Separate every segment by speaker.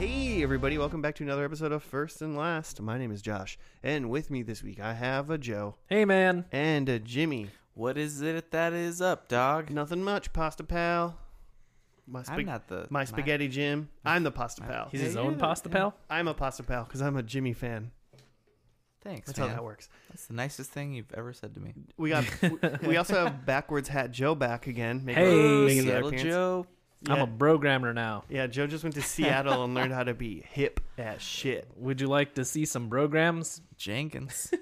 Speaker 1: everybody. Welcome back to another episode of First and Last. My name is Josh, and with me this week I have a Joe
Speaker 2: Hey, man.
Speaker 1: and a Jimmy.
Speaker 3: What is it that is up, dog?
Speaker 1: Nothing much, Pasta Pal. My,
Speaker 3: I'm not the
Speaker 1: my spaghetti Jim. I'm the Pasta Pal.
Speaker 2: He's his
Speaker 3: Yeah,
Speaker 2: own
Speaker 3: yeah,
Speaker 2: pasta pal.
Speaker 1: I'm a Pasta Pal because I'm a Jimmy fan.
Speaker 3: Thanks,
Speaker 1: That's
Speaker 3: man.
Speaker 1: how that works.
Speaker 3: That's the nicest thing you've ever said to me.
Speaker 1: We got. we- we also have backwards hat Joe back again. Making,
Speaker 2: Hey.
Speaker 1: making another
Speaker 3: Seattle
Speaker 1: appearance.
Speaker 3: Joe.
Speaker 1: Yeah,
Speaker 2: I'm a programmer now.
Speaker 1: yeah, Joe just went to Seattle and learned how to be hip as shit.
Speaker 2: Would you like to see some programs?
Speaker 3: Jenkins.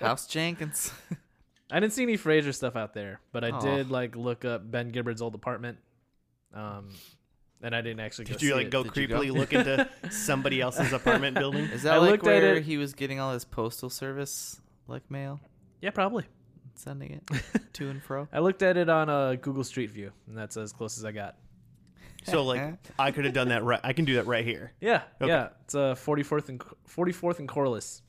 Speaker 3: House Jenkins.
Speaker 2: I didn't see any Frasier stuff out there, but I
Speaker 3: Aw.
Speaker 2: did like look up Ben Gibbard's old apartment. Um, and I didn't actually.
Speaker 1: Did
Speaker 2: go
Speaker 1: you
Speaker 2: see
Speaker 1: like
Speaker 2: it.
Speaker 1: go
Speaker 3: Did you go?
Speaker 1: creepily look into somebody else's apartment building?
Speaker 3: Is that
Speaker 2: I
Speaker 3: like
Speaker 2: looked at
Speaker 3: where
Speaker 2: it-
Speaker 3: he was getting all his postal service like mail?
Speaker 2: Yeah, probably.
Speaker 3: and Sending it to and fro.
Speaker 2: I looked at it on uh, Google Street View, and that's as close as I got.
Speaker 1: So like I could have done that right. I can do that right here.
Speaker 2: Yeah,
Speaker 1: Okay.
Speaker 2: yeah. It's uh, 44th and 44th and Corliss.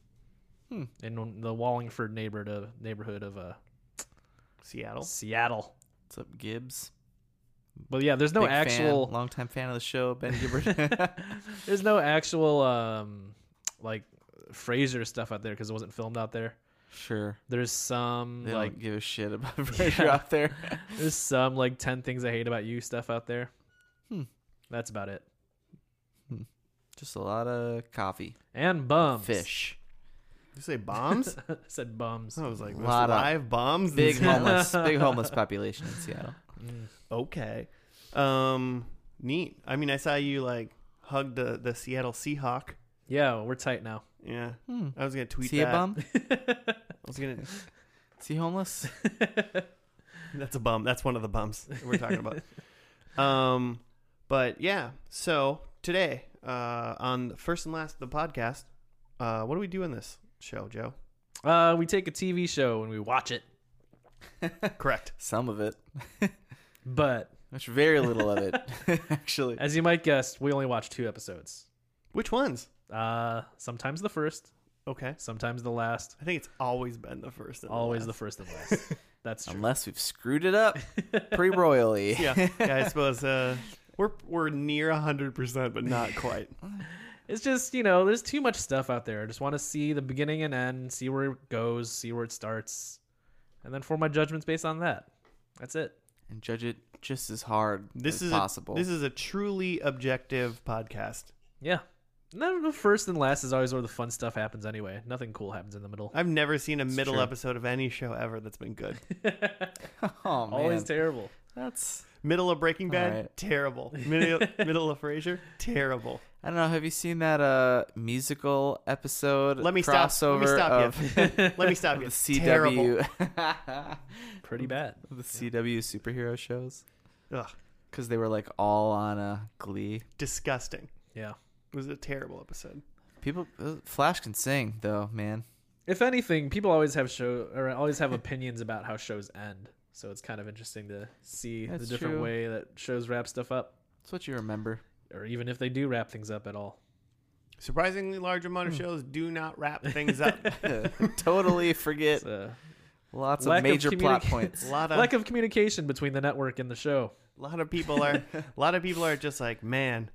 Speaker 1: Hmm.
Speaker 2: In the Wallingford neighborhood neighborhood of uh,
Speaker 1: Seattle.
Speaker 2: Seattle.
Speaker 3: What's up, Gibbs?
Speaker 2: But yeah, there's no
Speaker 3: Big
Speaker 2: actual
Speaker 3: fan, longtime fan of the show, Ben Gibbard.
Speaker 2: There's no actual um like Frasier stuff out there because it wasn't filmed out there.
Speaker 3: sure.
Speaker 2: There's some
Speaker 3: They
Speaker 2: like
Speaker 3: don't give a shit about Frasier out there.
Speaker 2: there's some like ten things I hate about you stuff out there.
Speaker 3: Hmm.
Speaker 2: That's about it.
Speaker 3: Just a lot of coffee.
Speaker 2: And bums.
Speaker 3: Fish.
Speaker 1: You say bombs?
Speaker 2: Said bums.
Speaker 1: I was like, there's
Speaker 3: Lot of
Speaker 1: live bombs. in
Speaker 3: Big
Speaker 1: Seattle?
Speaker 3: homeless. Big homeless population in Seattle.
Speaker 2: Mm.
Speaker 1: Okay. Um, neat. I mean, I saw you like hug the the Seattle Seahawk.
Speaker 2: Yeah, we're tight now.
Speaker 1: Yeah,
Speaker 3: Hmm.
Speaker 1: I was gonna tweet
Speaker 3: See
Speaker 1: that.
Speaker 3: a bum?
Speaker 1: I was gonna.
Speaker 3: See homeless?
Speaker 1: That's a bum. That's one of the bums we're talking about. um, but yeah. So today, uh, on the first and last of the podcast, uh, what do we do in this show, Joe?
Speaker 2: Uh, we take a TV show and we watch it,
Speaker 1: Correct.
Speaker 3: Some of it.
Speaker 2: but
Speaker 3: There's very little of it, actually.
Speaker 2: as you might guess, we only watch two episodes.
Speaker 1: Which ones?
Speaker 2: Uh, sometimes the first,
Speaker 1: Okay.
Speaker 2: sometimes the last,
Speaker 1: I think it's always been the first. and
Speaker 2: always
Speaker 1: last.
Speaker 2: the first and last. That's true.
Speaker 3: Unless we've screwed it up pretty royally.
Speaker 1: yeah, yeah. I suppose uh, we're we're near hundred percent, but not quite.
Speaker 2: It's just, you know, there's too much stuff out there. I just want to see the beginning and end, see where it goes, see where it starts, and then form my judgments based on that. That's it.
Speaker 3: And judge it just as hard
Speaker 1: This
Speaker 3: as
Speaker 1: is
Speaker 3: possible.
Speaker 1: A, this is a truly objective podcast.
Speaker 2: Yeah. And then the first and last is always where the fun stuff happens anyway. Nothing cool happens in the middle.
Speaker 1: I've never seen a middle
Speaker 3: true.
Speaker 1: episode of any show ever that's been good.
Speaker 3: oh, man.
Speaker 2: always terrible.
Speaker 3: That's.
Speaker 1: middle of Breaking Bad,
Speaker 3: right.
Speaker 1: terrible. Middle, middle of Frasier, terrible.
Speaker 3: I don't know. Have you seen that uh, musical episode?
Speaker 1: Let me stop. Let me
Speaker 3: crossover
Speaker 1: stop
Speaker 3: of
Speaker 1: you. Let me stop
Speaker 3: the
Speaker 1: you. Terrible.
Speaker 3: CW,
Speaker 2: Pretty bad.
Speaker 3: the CW superhero shows
Speaker 1: Ugh,
Speaker 3: because they were like all on uh, Glee.
Speaker 1: disgusting.
Speaker 2: Yeah.
Speaker 1: It was a terrible episode.
Speaker 3: People, uh, Flash can sing though, man.
Speaker 2: If anything, people always have show or always have opinions about how shows end. So it's kind of interesting to see
Speaker 3: That's
Speaker 2: the different
Speaker 3: true.
Speaker 2: way that shows wrap stuff up,
Speaker 3: That's what you remember.
Speaker 2: or even if they do wrap things up at all.
Speaker 1: Surprisingly large amount
Speaker 3: Hmm.
Speaker 1: of shows do not wrap things up.
Speaker 3: totally forget
Speaker 2: So,
Speaker 3: lots
Speaker 2: Lack
Speaker 3: of
Speaker 2: of
Speaker 3: major plot
Speaker 2: communic-
Speaker 3: points.
Speaker 1: A lot of
Speaker 2: lack of communication between the network and the show.
Speaker 1: a lot of people are a lot of people are just like, man,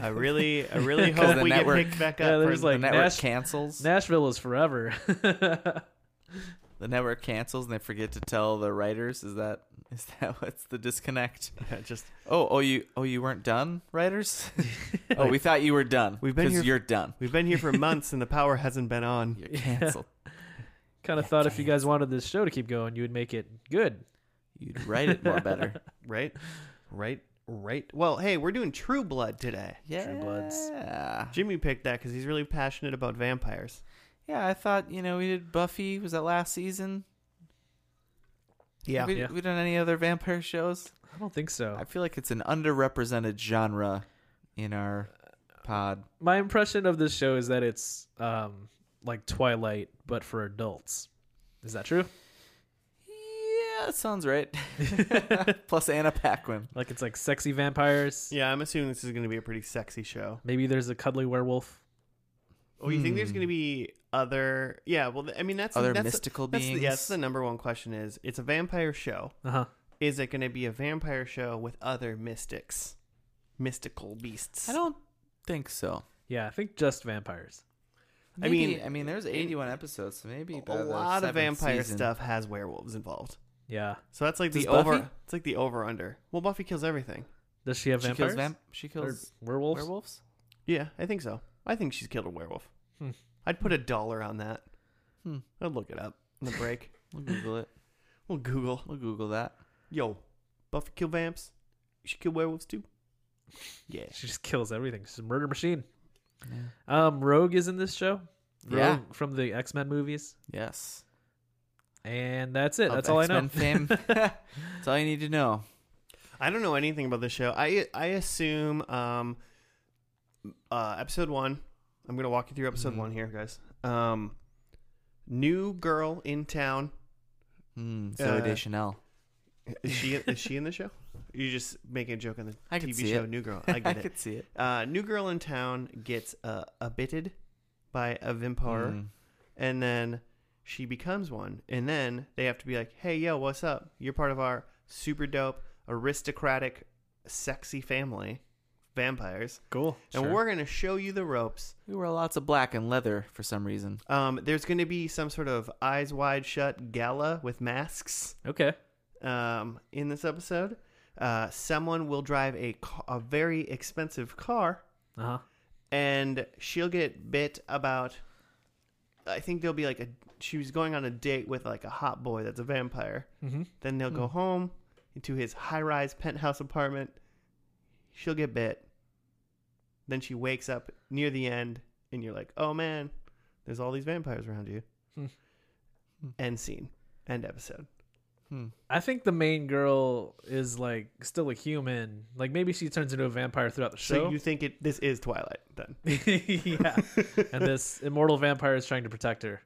Speaker 1: I really I really
Speaker 3: 'Cause
Speaker 1: hope
Speaker 3: the
Speaker 1: we
Speaker 3: network-
Speaker 1: get picked back
Speaker 2: Yeah,
Speaker 1: up.
Speaker 2: there's
Speaker 1: for-
Speaker 2: like-
Speaker 3: the network
Speaker 2: Nash-
Speaker 3: cancels.
Speaker 2: Nashville is forever.
Speaker 3: the network cancels, and they forget to tell the writers. Is that is that what's the disconnect?
Speaker 1: just
Speaker 3: Oh, oh, you oh you weren't done, writers. oh, we thought you were done.
Speaker 1: We've been
Speaker 3: because
Speaker 1: here-
Speaker 3: You're done.
Speaker 1: we've been here for months and the power hasn't been on.
Speaker 3: You're canceled.
Speaker 2: kind of thought if you guys wanted this show to keep going, you would make it good.
Speaker 3: You'd write it more better.
Speaker 1: Right? Right? Right? Well, hey, we're doing True Blood today.
Speaker 3: Yeah.
Speaker 2: Bloods.
Speaker 1: Jimmy picked that because he's really passionate about vampires.
Speaker 3: Yeah, I thought you know we did Buffy. Was that last season?
Speaker 1: Yeah.
Speaker 3: Have we,
Speaker 2: Yeah. Oh.
Speaker 3: we done any other vampire shows?
Speaker 2: I don't think so.
Speaker 3: I feel like it's an underrepresented genre in our pod.
Speaker 2: My impression of this show is that it's um, like Twilight, but for adults. Is that true?
Speaker 3: Yeah, that sounds right. Plus Anna Paquin.
Speaker 2: Like it's like sexy vampires.
Speaker 1: Yeah, I'm assuming this is going to be a pretty sexy show.
Speaker 2: Maybe there's a cuddly werewolf.
Speaker 1: Oh, you think there's going to be other? Yeah, well, I mean that's
Speaker 3: Hmm. Other
Speaker 1: that's
Speaker 3: mystical
Speaker 1: that's
Speaker 3: beings.
Speaker 1: The, yeah, that's the number one question: is it's a vampire show?
Speaker 2: Uh huh.
Speaker 1: Is it going to be a vampire show with other mystics, mystical beasts?
Speaker 3: I don't think so.
Speaker 2: Yeah, I think just vampires.
Speaker 1: I mean-
Speaker 3: Maybe- I mean, there's 81 episodes, so maybe by
Speaker 1: a
Speaker 3: the
Speaker 1: lot of
Speaker 3: seventh
Speaker 1: vampire
Speaker 3: season-
Speaker 1: stuff has werewolves involved.
Speaker 2: Yeah.
Speaker 1: So that's like
Speaker 3: Does
Speaker 1: the over.
Speaker 3: Buffy?
Speaker 1: It's like the over under. Well, Buffy kills everything.
Speaker 2: Does she have
Speaker 3: She
Speaker 2: vampires?
Speaker 3: kills vamp. She
Speaker 2: Or
Speaker 3: kills
Speaker 2: werewolves?
Speaker 3: werewolves.
Speaker 1: Yeah, I think so. I think she's killed a werewolf.
Speaker 2: Hmm.
Speaker 1: I'd put a dollar on that.
Speaker 3: Hmm.
Speaker 1: I'd look it up in the break.
Speaker 3: We'll Google it.
Speaker 1: we'll Google.
Speaker 3: We'll Google that.
Speaker 1: Yo, Buffy kill vamps. She kill werewolves too. Yeah.
Speaker 2: She just kills everything. She's a murder machine.
Speaker 3: Yeah.
Speaker 2: Um, Rogue is in this show. Rogue
Speaker 3: Yeah.
Speaker 2: from the X Men movies.
Speaker 3: Yes.
Speaker 2: And that's it.
Speaker 3: Of
Speaker 2: That's all I know.
Speaker 3: X-Men fame. That's all you need to know.
Speaker 1: I don't know anything about this show. I I assume um uh episode 1. I'm going to walk you through episode
Speaker 2: Mhm.
Speaker 3: Mm-hmm.
Speaker 1: 1 here, guys. Um new girl in town.
Speaker 3: Mm, Zoe
Speaker 1: Uh,
Speaker 3: Deschanel.
Speaker 1: Is she is she in the show? You're just making a joke on the
Speaker 3: I could
Speaker 1: TV
Speaker 3: see
Speaker 1: show
Speaker 3: it.
Speaker 1: New Girl. I get
Speaker 3: I
Speaker 1: it.
Speaker 3: could see it.
Speaker 1: Uh new girl in town gets uh abitted by a vampire
Speaker 3: Mm.
Speaker 1: and then she becomes one and then they have to be like, "Hey, yo, what's up? You're part of our super dope aristocratic sexy family." Vampires.
Speaker 2: Cool.
Speaker 1: and
Speaker 2: Sure.
Speaker 1: we're going to show you the ropes.
Speaker 3: We wear lots of black and leather for some reason.
Speaker 1: Um, there's going to be some sort of eyes wide shut gala with masks
Speaker 2: Okay.
Speaker 1: um, in this episode. Uh, someone will drive a, ca- a very expensive car,
Speaker 2: Uh huh.
Speaker 1: and she'll get bit about. I think there'll be like a. She was going on a date with like a hot boy that's a vampire.
Speaker 2: Mm-hmm.
Speaker 1: Then they'll go home into his high rise penthouse apartment. She'll get bit. Then she wakes up near the end, and you're like, oh man, there's all these vampires around you.
Speaker 2: Hmm.
Speaker 3: Hmm.
Speaker 1: End scene. End episode.
Speaker 3: Hmm.
Speaker 2: I think the main girl is like still a human. Like maybe she turns into a vampire throughout the show.
Speaker 1: So you think it this is Twilight then?
Speaker 2: yeah. and this immortal vampire is trying to protect her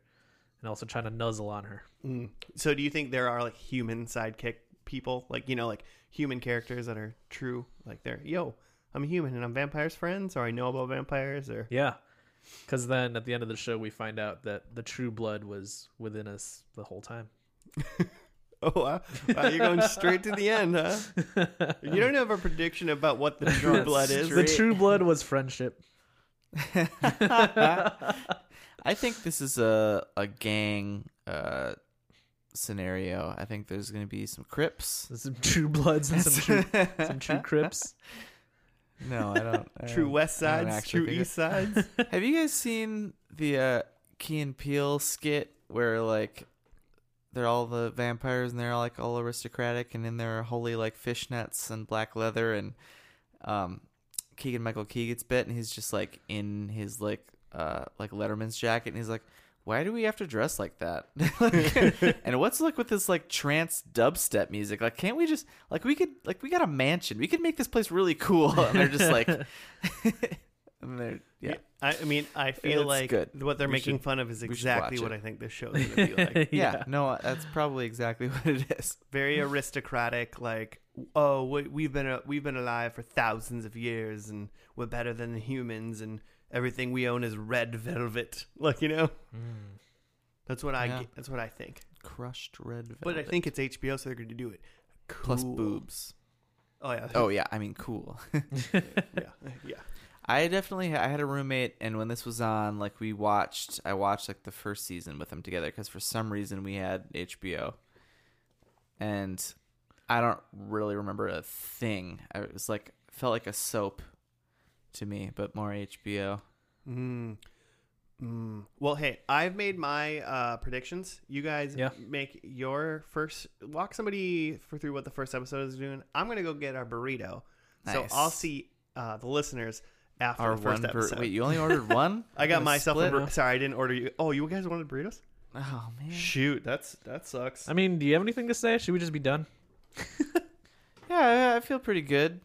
Speaker 2: and also trying to nuzzle on her.
Speaker 1: Mm. So do you think there are like human sidekick people, like you know, like human characters that are true, like they're yo, I'm a human and I'm vampires friends, or I know about vampires, or
Speaker 2: Yeah. Because then at the end of the show, we find out that the true blood was within us the whole time.
Speaker 1: oh wow, wow you're going straight to the end, huh? You don't have a prediction about what the true blood is.
Speaker 2: the true blood was friendship.
Speaker 3: I think this is a a gang uh, scenario. I think there's going to be some Crips.
Speaker 2: Some true bloods and some true, some true crips.
Speaker 3: No, I don't. I
Speaker 1: True
Speaker 3: don't-
Speaker 1: West
Speaker 3: I don't
Speaker 1: Sides,
Speaker 3: actually
Speaker 1: True
Speaker 3: think it-
Speaker 1: East Sides.
Speaker 3: Have you guys seen the uh, Key and Peele skit where like they're all the vampires and they're all like all aristocratic and in their holy like fishnets and black leather and um, Keegan Michael Key gets bit and he's just like in his like uh like Letterman's jacket and he's like. Why do we have to dress like that? Like, and what's like with this like trance dubstep music? Like, can't we just like we could like we got a mansion? We could make this place really cool. And they're just like, and they're yeah.
Speaker 1: I, I mean, I feel
Speaker 3: It's
Speaker 1: like
Speaker 3: good.
Speaker 1: what they're
Speaker 3: We
Speaker 1: making
Speaker 3: should-
Speaker 1: fun of is
Speaker 3: we should
Speaker 1: exactly
Speaker 3: watch
Speaker 1: what
Speaker 3: it.
Speaker 1: I think this show is going to be like.
Speaker 3: yeah, no, uh, that's probably exactly what it is.
Speaker 1: Very aristocratic, like oh, we, we've been uh, we've been alive for thousands of years, and we're better than the humans, and everything we own is red velvet. Like you know, hmm.
Speaker 2: Mm.
Speaker 1: that's what I
Speaker 3: Yeah.
Speaker 1: get, that's what I think.
Speaker 3: Crushed red velvet.
Speaker 1: But I think it's HBO, so they're going to do it.
Speaker 3: plus
Speaker 1: Cool.
Speaker 3: boobs.
Speaker 1: Oh yeah.
Speaker 3: Oh yeah, I mean cool.
Speaker 1: yeah. Yeah.
Speaker 3: I definitely I had a roommate, and when this was on, like we watched, I watched like the first season with him together because for some reason we had HBO, and I don't really remember a thing. I it was like felt like a soap to me, but more HBO.
Speaker 1: Mm. Mm. Well, hey, I've made my uh, predictions. You guys
Speaker 2: Yeah.
Speaker 1: make your first. Walk somebody for, through what the first episode is doing. I'm gonna go get our burrito, so
Speaker 3: Nice.
Speaker 1: I'll see uh, the listeners after
Speaker 3: Our
Speaker 1: the first
Speaker 3: one. bur-
Speaker 1: episode.
Speaker 3: Wait, you only ordered one?
Speaker 1: I got myself a
Speaker 3: Split?
Speaker 1: bur- sorry. I didn't order you. Oh, you guys wanted burritos?
Speaker 3: Oh man.
Speaker 1: Shoot, that's that sucks.
Speaker 2: I mean, do you have anything to say? Should we just be done?
Speaker 3: Yeah, yeah, I feel pretty good.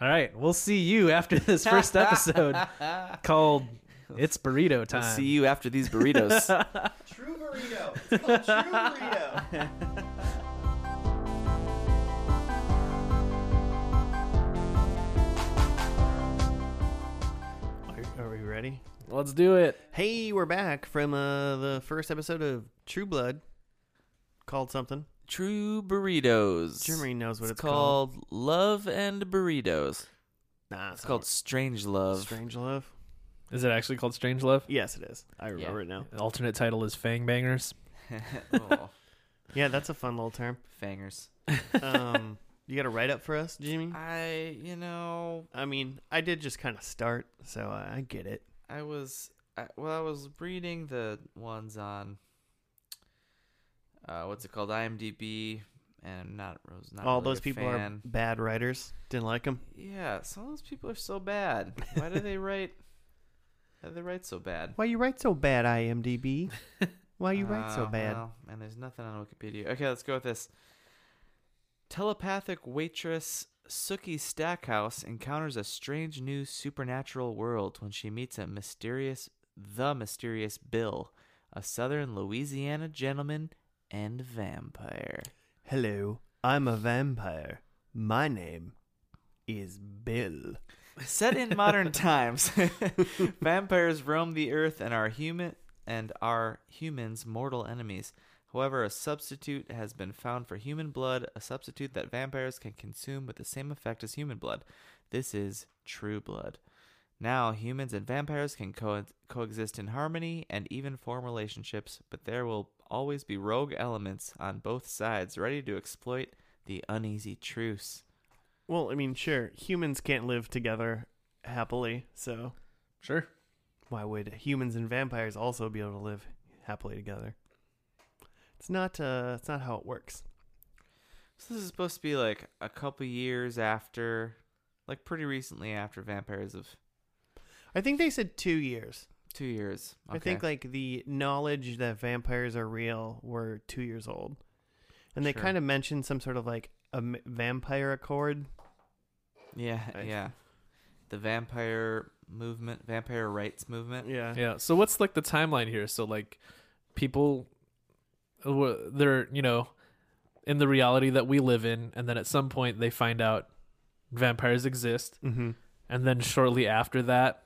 Speaker 2: All right. We'll see you after this first episode called It's Burrito Time.
Speaker 3: We'll see you after these burritos.
Speaker 1: True burrito. It's called true burrito. Are, are we ready?
Speaker 2: Let's do it.
Speaker 1: Hey, we're back from uh, the first episode of True Blood, called something.
Speaker 3: True burritos.
Speaker 1: Jeremy knows what
Speaker 3: it's,
Speaker 1: it's,
Speaker 3: called, Love and Burritos.
Speaker 1: Nah,
Speaker 3: It's called Strange Love.
Speaker 1: Strange Love.
Speaker 2: Is it actually called Strange Love?
Speaker 1: Yes, it is. I remember it now.
Speaker 2: The alternate title is Fang Bangers.
Speaker 3: oh,
Speaker 1: Yeah, that's a fun little term.
Speaker 3: fangers.
Speaker 1: Um, you got a write up for us, Jimmy?
Speaker 3: I, you know,
Speaker 1: I mean, I did just kind of start, so I I get it.
Speaker 3: I was, I, well, I was reading the ones on, uh, what's it called, IMDb, and I'm not, I was not
Speaker 1: All
Speaker 3: really
Speaker 1: those
Speaker 3: a
Speaker 1: people
Speaker 3: fan.
Speaker 1: are bad writers. Didn't like them.
Speaker 3: Yeah, some of those people are so bad. Why do they write? Why do they write so bad?
Speaker 1: Why you write so bad, IMDb? Why you write so
Speaker 3: Oh,
Speaker 1: bad?
Speaker 3: well, and there's nothing on Wikipedia. Okay, let's go with this. Telepathic waitress Sookie Stackhouse encounters a strange new supernatural world when she meets a mysterious, the mysterious Bill, a southern Louisiana gentleman and vampire.
Speaker 1: Hello, I'm a vampire. My name is Bill.
Speaker 3: Set in modern times, vampires roam the earth and are human and are humans' mortal enemies. However, a substitute has been found for human blood, a substitute that vampires can consume with the same effect as human blood. This is true blood. Now, humans and vampires can co- coexist in harmony and even form relationships, but there will always be rogue elements on both sides ready to exploit the uneasy truce.
Speaker 1: Well, I mean, sure, humans can't live together happily, so
Speaker 2: Sure.
Speaker 1: why would humans and vampires also be able to live happily together? It's not. Uh, it's not how it works.
Speaker 3: So this is supposed to be like a couple years after, like pretty recently after Vampires of
Speaker 1: I think they said two years.
Speaker 3: two years.
Speaker 1: I think like the knowledge that vampires are real were two years old, and they
Speaker 3: Sure.
Speaker 1: kind of mentioned some sort of like a m- vampire accord.
Speaker 3: yeah,
Speaker 1: I-
Speaker 3: yeah, the vampire movement, vampire rights movement.
Speaker 1: Yeah.
Speaker 2: Yeah. So what's like the timeline here? So like people uh, wha- they're, you know, in the reality that we live in and then at some point they find out vampires exist
Speaker 1: Mm-hmm.
Speaker 2: and then shortly after that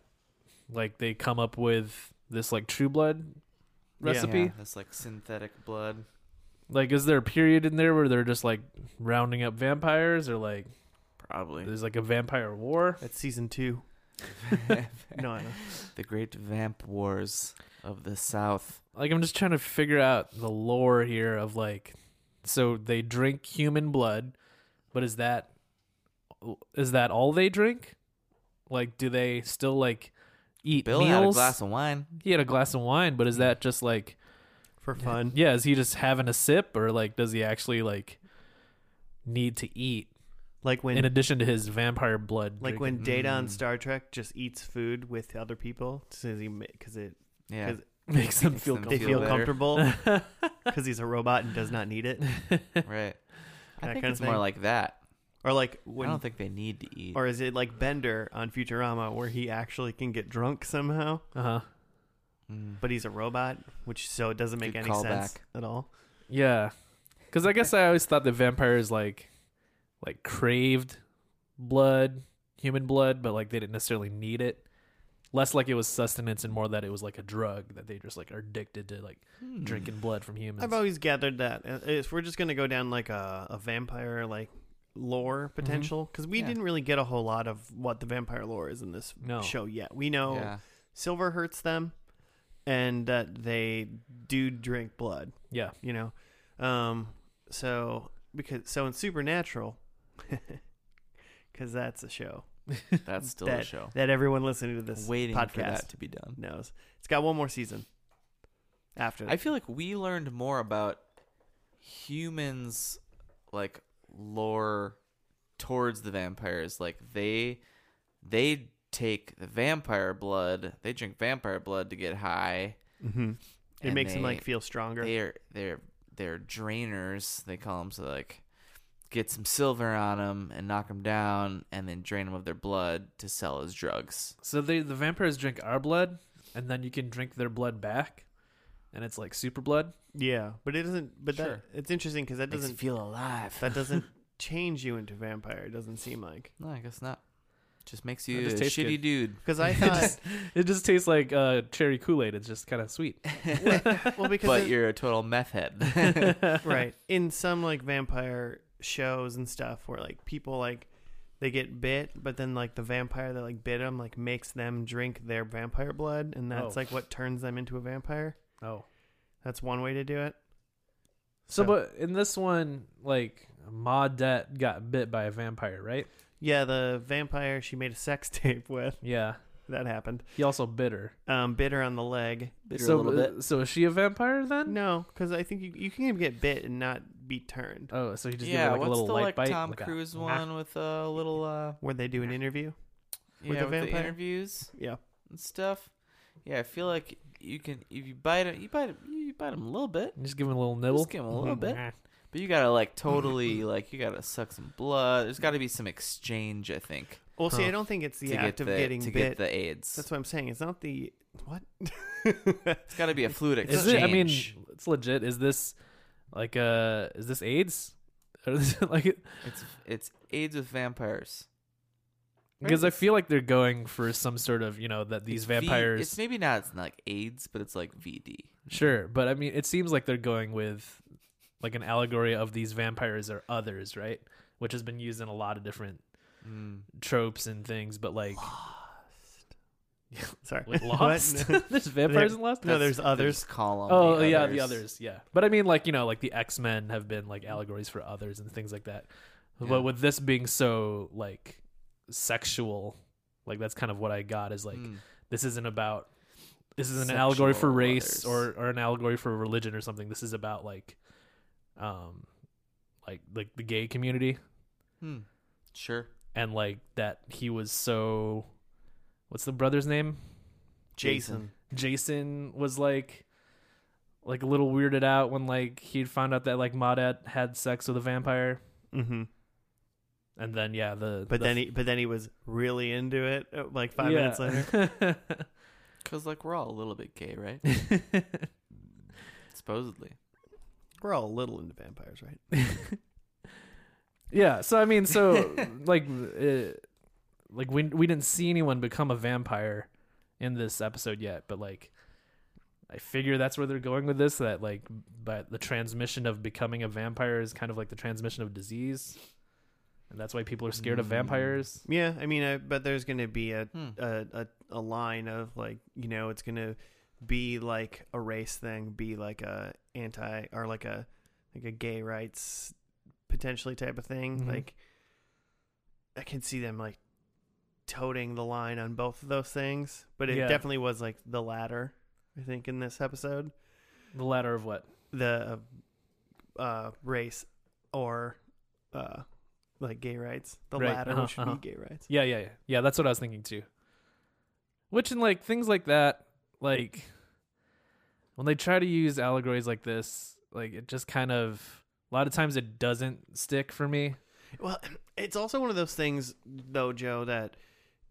Speaker 2: like they come up with this like true blood recipe.
Speaker 3: Yeah, that's like synthetic blood.
Speaker 2: Like is there a period in there where they're just like rounding up vampires or like
Speaker 3: Probably
Speaker 2: there's like a vampire war?
Speaker 1: That's season two. No, I don't.
Speaker 3: the great vamp wars of the South.
Speaker 2: like I'm just trying to figure out the lore here of like so they drink human blood, but is that is that all they drink? Like do they still like eat
Speaker 3: Bill
Speaker 2: meals?
Speaker 3: had a glass of Mm. wine.
Speaker 2: he had a glass of wine, but is that just like
Speaker 1: for fun.
Speaker 2: yeah, is he just having a sip or like does he actually like need to eat
Speaker 1: Like when
Speaker 2: in addition to his vampire blood?
Speaker 1: like
Speaker 2: drinking?
Speaker 1: when Data on
Speaker 3: Mm.
Speaker 1: Star Trek just eats food with other people because he because it
Speaker 3: Yeah,
Speaker 1: 'Cause
Speaker 2: makes them
Speaker 3: Makes
Speaker 2: feel
Speaker 3: them
Speaker 1: they
Speaker 3: feel
Speaker 1: feel
Speaker 3: better.
Speaker 1: comfortable because he's a robot and does not need it That
Speaker 3: right. I think
Speaker 1: kinda
Speaker 3: it's more
Speaker 1: thing.
Speaker 3: like that.
Speaker 1: or like when
Speaker 3: I don't think they need to eat.
Speaker 1: or is it like Bender on Futurama where he actually can get drunk somehow
Speaker 2: uh huh.
Speaker 3: Mm.
Speaker 1: but he's a robot which so it doesn't make
Speaker 3: Good
Speaker 1: any sense
Speaker 3: callback.
Speaker 1: at all
Speaker 2: Yeah, because I guess I always thought that vampires like like craved blood, human blood, but like they didn't necessarily need it. Less like it was sustenance and more that it was like a drug that they just like are addicted to like
Speaker 3: Hmm.
Speaker 2: drinking blood from humans.
Speaker 1: I've always gathered that uh, if we're just gonna go down like a, a vampire like lore potential because we
Speaker 3: Mm-hmm. Yeah.
Speaker 1: didn't really get a whole lot of what the vampire lore is in this
Speaker 2: No.
Speaker 1: show yet we know
Speaker 3: Yeah.
Speaker 1: silver hurts them and that they do drink blood
Speaker 2: yeah,
Speaker 1: you know um so because so in supernatural because that's a show
Speaker 3: That's still a show.
Speaker 1: that everyone listening to this
Speaker 3: Waiting
Speaker 1: podcast
Speaker 3: for that to be done.
Speaker 1: knows it's got one more season after
Speaker 3: I feel like we learned more about humans, like lore towards the vampires. Like they, they take the vampire blood. They drink vampire blood to get high.
Speaker 1: hmm it
Speaker 3: and
Speaker 1: makes them
Speaker 3: they-
Speaker 1: like feel stronger
Speaker 3: They're they're they're drainers. They call them so like get some silver on them and knock them down, and then drain them of their blood to sell as drugs.
Speaker 2: so they the vampires drink our blood and then you can drink their blood back, and it's like super blood.
Speaker 1: yeah but it doesn't but that
Speaker 3: Sure.
Speaker 1: it's interesting because that
Speaker 3: Makes you
Speaker 1: doesn't
Speaker 3: feel alive.
Speaker 1: that doesn't change you into vampire it doesn't seem like
Speaker 3: No, I guess not. Just makes
Speaker 2: It
Speaker 3: you
Speaker 2: just
Speaker 3: a
Speaker 2: tastes
Speaker 3: shitty dude.
Speaker 1: because i
Speaker 2: It
Speaker 1: thought
Speaker 2: just- It just tastes like uh, cherry Kool Aid. It's just kind of sweet.
Speaker 1: well because
Speaker 3: but
Speaker 1: it-
Speaker 3: you're a total meth head.
Speaker 1: right in some like vampire shows and stuff where like people like they get bit, but then like the vampire that like bit them like makes them drink their vampire blood, and that's
Speaker 2: Oh.
Speaker 1: like what turns them into a vampire.
Speaker 2: Oh.
Speaker 1: That's one way to do it.
Speaker 2: So, but in this one, like Maudette got bit by a vampire, right?
Speaker 1: yeah, the vampire she made a sex tape with
Speaker 2: Yeah.
Speaker 1: that happened.
Speaker 2: He also bit her.
Speaker 1: Um, bit her on the leg.
Speaker 3: Bitter
Speaker 2: so,
Speaker 3: a little bit.
Speaker 2: so is she a vampire then?
Speaker 1: No, because I think you you can get bit and not be turned.
Speaker 2: Oh, so he just gave
Speaker 3: yeah,
Speaker 2: her like a
Speaker 3: what's
Speaker 2: little
Speaker 3: the
Speaker 2: light
Speaker 3: like
Speaker 2: bite.
Speaker 3: Tom
Speaker 2: like a-
Speaker 3: Cruise
Speaker 2: ah.
Speaker 3: one with a little uh
Speaker 1: Where they do an interview.
Speaker 3: yeah,
Speaker 1: With the
Speaker 3: with the
Speaker 1: vampire?
Speaker 3: interviews
Speaker 1: Yeah.
Speaker 3: and stuff. Yeah, I feel like you can if you bite him, you bite him, you bite him a little bit,
Speaker 2: Just give him a little nibble.
Speaker 3: give him a little bit.
Speaker 2: Ah.
Speaker 3: but you gotta like totally like you gotta suck some blood. There's got to be some exchange, I think,
Speaker 1: Well, see,
Speaker 2: Huh.
Speaker 1: I don't think it's the
Speaker 3: to get
Speaker 1: act
Speaker 3: the
Speaker 1: of getting
Speaker 3: to
Speaker 1: bit.
Speaker 3: get the AIDS.
Speaker 1: That's what I'm saying. It's not the what.
Speaker 3: it's got to be a fluid exchange.
Speaker 2: Is it? I mean, it's legit. Is this like uh? Is this AIDS? Or is it like
Speaker 3: it's it's AIDS with vampires.
Speaker 2: because I feel like they're going for some sort of you know that these
Speaker 3: It's V-
Speaker 2: vampires.
Speaker 3: it's maybe not it's not like AIDS, but it's like VD.
Speaker 2: Sure, but I mean, it seems like they're going with like an allegory of these vampires or others, right? Which has been used in a lot of different
Speaker 3: Mm.
Speaker 2: tropes and things, but like
Speaker 1: Sorry.
Speaker 2: wait,
Speaker 1: What?
Speaker 2: lost.
Speaker 1: No.
Speaker 2: there's vampires in Lost.
Speaker 1: No, there's others.
Speaker 3: Column.
Speaker 2: oh yeah, the others, yeah. But I mean, like you know, like the X Men have been like allegories for others and things like that.
Speaker 3: Yeah.
Speaker 2: But with this being so like sexual, like that's kind of what I got is like
Speaker 3: Mm.
Speaker 2: this isn't about this isn't an allegory for
Speaker 3: Sexual
Speaker 2: race or,
Speaker 3: others.
Speaker 2: or an allegory for religion or something this is about like um like like the gay community
Speaker 3: Hmm. Sure.
Speaker 2: and like that he was so what's the brother's name
Speaker 1: Jason.
Speaker 2: jason was like like a little weirded out when like he found out that like Maudet had sex with a vampire
Speaker 1: Mm-hmm.
Speaker 2: and then yeah the
Speaker 1: But
Speaker 2: the-
Speaker 1: then he, but then he was really into it. uh, Like five
Speaker 2: yeah.
Speaker 1: minutes later.
Speaker 3: Because like we're all a little bit gay, right? Supposedly.
Speaker 1: We're all a little into vampires, right?
Speaker 2: yeah so i mean so like uh, like we, we didn't see anyone become a vampire in this episode yet but like i figure that's where they're going with this that like but the transmission of becoming a vampire is kind of like the transmission of disease and that's why people are scared of
Speaker 3: Mm.
Speaker 2: vampires
Speaker 1: Yeah. I mean, I, but there's going to be a,
Speaker 3: Hmm.
Speaker 2: Uh,
Speaker 1: a a a line of like you know it's going to be like a race thing, be like a anti or like a like a gay rights potentially type of thing.
Speaker 2: Mhm.
Speaker 1: Like I can see them like toting the line on both of those things, but it
Speaker 2: Yeah.
Speaker 1: definitely was like the latter. I think in this episode.
Speaker 2: the latter of what
Speaker 1: the uh, race or uh, like gay rights, the
Speaker 2: Right,
Speaker 1: latter,
Speaker 2: uh-huh,
Speaker 1: which would
Speaker 2: uh-huh.
Speaker 1: be gay rights.
Speaker 2: Yeah, yeah, yeah. Yeah, that's what I was thinking too. Which in like things like that, like when they try to use allegories like this, like it just kind of a lot of times it doesn't stick for me.
Speaker 1: Well, it's also one of those things, though, Joe. That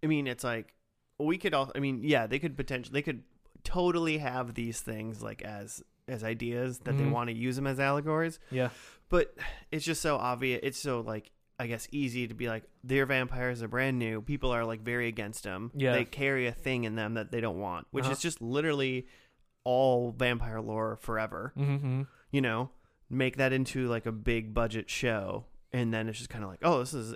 Speaker 1: I mean, it's like we could all. I mean, yeah, they could potentially they could totally have these things like as as ideas that they
Speaker 2: Mhm.
Speaker 1: want to use them as allegories,
Speaker 2: Yeah.
Speaker 1: but it's just so obvious. It's so like. I guess easy to be like their vampires are brand new. People are like very against them.
Speaker 2: Yeah.
Speaker 1: they carry a thing in them that they don't want, which
Speaker 2: Uh-huh.
Speaker 1: is just literally all vampire lore forever
Speaker 2: Mm-hmm.
Speaker 1: you know, make that into like a big budget show, and then it's just kind of like, oh, this is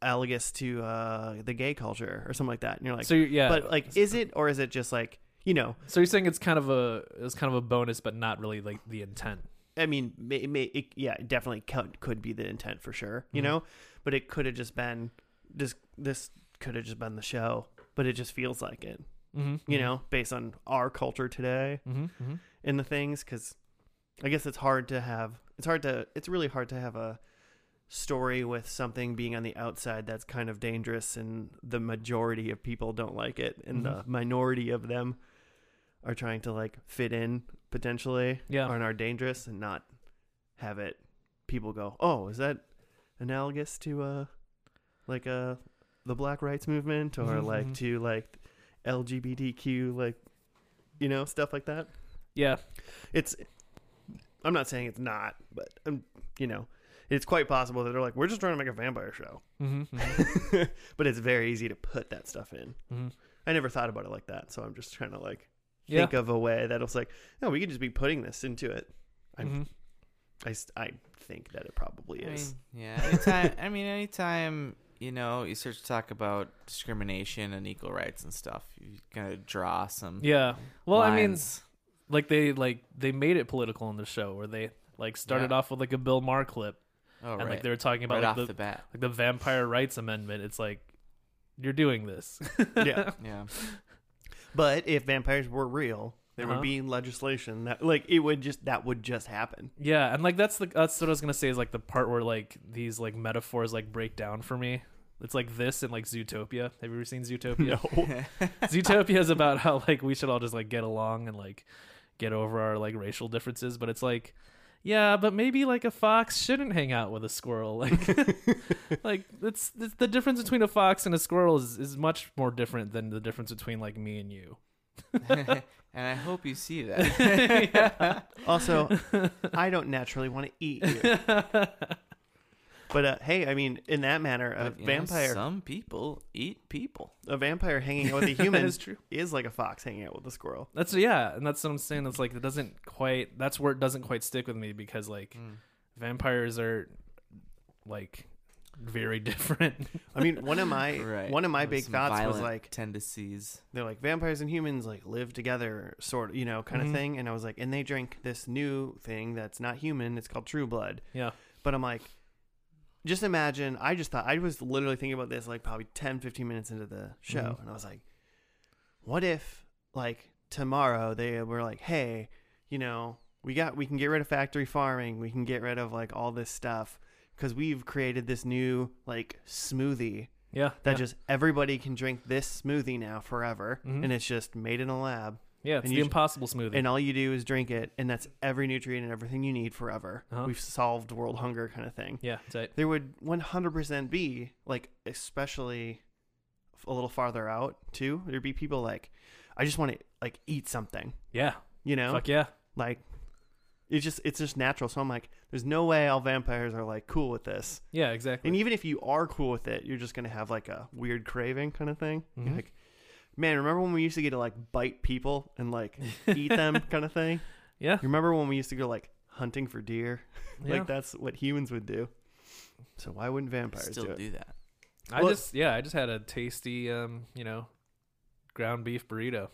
Speaker 1: analogous to uh, the gay culture or something like that. And you're like,
Speaker 2: so you're, yeah,
Speaker 1: but like, is it or is it just like, you know,
Speaker 2: so you're saying it's kind of a it's kind of a bonus, but not really like the intent.
Speaker 1: I mean, may, may, it, yeah, it definitely could, could be the intent for sure, you
Speaker 2: Mhm.
Speaker 1: know, but it could have just been this. This could have just been the show, but it just feels like it,
Speaker 2: Mm-hmm.
Speaker 1: you know, based on our culture today.
Speaker 2: Mm-hmm. hmm
Speaker 1: in the things because I guess it's hard to have. It's hard to. It's really hard to have a story with something being on the outside that's kind of dangerous, and the majority of people don't like it, and the
Speaker 2: Mhm.
Speaker 1: minority of them are trying to like fit in potentially,
Speaker 2: Yeah.
Speaker 1: and are dangerous, and not have it. People go, oh, is that analogous to uh, like uh, the Black Rights Movement, or
Speaker 2: Mhm,
Speaker 1: like
Speaker 2: mhm.
Speaker 1: to like LGBTQ, like you know stuff like that
Speaker 2: Yeah.
Speaker 1: it's i'm not saying it's not but um, you know it's quite possible that they're like we're just trying to make a vampire show
Speaker 2: Mm-hmm.
Speaker 1: but it's very easy to put that stuff in
Speaker 2: hmm
Speaker 1: i never thought about it like that so i'm just trying to like
Speaker 2: Yeah.
Speaker 1: think of a way that it's like no we could just be putting this into it I'm-
Speaker 2: Mhm.
Speaker 1: i, s- I think that it probably
Speaker 3: I
Speaker 1: is
Speaker 3: mean, yeah. Anytime. I mean, anytime you know, you start to talk about discrimination and equal rights and stuff. You kind of draw some.
Speaker 2: Yeah. Well, I mean,
Speaker 3: lines.
Speaker 2: like they like they made it political in the show where they like started
Speaker 3: Yeah.
Speaker 2: off with like a Bill Maher clip
Speaker 3: oh,
Speaker 2: and
Speaker 3: right,
Speaker 2: like they were talking about
Speaker 3: right
Speaker 2: like,
Speaker 3: off
Speaker 2: the,
Speaker 3: the, bat.
Speaker 2: like the vampire rights amendment. It's like you're doing this.
Speaker 1: Yeah.
Speaker 3: Yeah,
Speaker 1: But if vampires were real, there
Speaker 2: Uh-huh.
Speaker 1: would be legislation that like it would just that would just happen.
Speaker 2: Yeah, and like that's the that's what I was gonna say is like the part where like these like metaphors like break down for me. It's like this and like Zootopia. Have you ever seen Zootopia? Zootopia is about how like we should all just like get along and like get over our like racial differences, but it's like yeah, but maybe like a fox shouldn't hang out with a squirrel. Like, like it's, it's the difference between a fox and a squirrel is, is much more different than the difference between like me and you.
Speaker 3: and I hope you see that.
Speaker 2: Yeah.
Speaker 1: Also, I don't naturally want to eat you. But uh, hey, I mean, in that manner, a
Speaker 3: But, you know,
Speaker 1: vampire,
Speaker 3: some people eat people.
Speaker 1: a vampire hanging out with a human
Speaker 2: That is true.
Speaker 1: is like a fox hanging out with a squirrel.
Speaker 2: That's yeah, and that's what I'm saying. It's like it doesn't quite. That's where it doesn't quite stick with me because like
Speaker 3: Mm.
Speaker 1: Hmm.
Speaker 2: vampires are like very different.
Speaker 1: I mean, one of my
Speaker 3: Right.
Speaker 1: one of my
Speaker 3: With
Speaker 1: big
Speaker 3: some
Speaker 1: thoughts was
Speaker 3: violent
Speaker 1: like
Speaker 3: tendencies.
Speaker 1: they're like vampires and humans like live together, sort of, you know, kind
Speaker 2: Mhm.
Speaker 1: of thing. And I was like, and they drink this new thing that's not human. It's called True Blood.
Speaker 2: yeah,
Speaker 1: But I'm like, just imagine. I just thought, I was literally thinking about this like probably 10, 15 minutes into the show.
Speaker 2: Mhm.
Speaker 1: And I was like, what if like tomorrow they were like, hey, you know, we got, we can get rid of factory farming. We can get rid of like all this stuff because we've created this new like smoothie
Speaker 2: yeah.
Speaker 1: that
Speaker 2: yeah.
Speaker 1: just everybody can drink this smoothie now forever.
Speaker 2: Mhm.
Speaker 1: And it's just made in a lab.
Speaker 2: yeah. It's
Speaker 1: and
Speaker 2: the
Speaker 1: you-
Speaker 2: impossible smoothie.
Speaker 1: And all you do is drink it. And that's every nutrient and everything you need forever.
Speaker 2: Uh-huh.
Speaker 1: We've solved world hunger kind of thing
Speaker 2: yeah, it's right.
Speaker 1: there would 100% be like especially f- a little farther out too there'd be people like i just want to like eat something
Speaker 2: yeah.
Speaker 1: you know
Speaker 2: Fuck yeah.
Speaker 1: like it's just it's just natural so i'm like there's no way all vampires are like cool with this
Speaker 2: Yeah, exactly.
Speaker 1: and even if you are cool with it you're just gonna have like a weird craving kind of thing You're
Speaker 2: Mhm.
Speaker 1: like man remember when we used to get to like bite people and like eat them kind of thing
Speaker 2: yeah,
Speaker 1: you remember when we used to go like hunting for deer
Speaker 2: yeah.
Speaker 1: like that's what humans would do so why wouldn't vampires
Speaker 3: Still
Speaker 1: do
Speaker 3: do,
Speaker 1: it?
Speaker 3: that.
Speaker 2: I
Speaker 1: well-
Speaker 2: just yeah, I just had a tasty um you know ground beef burrito.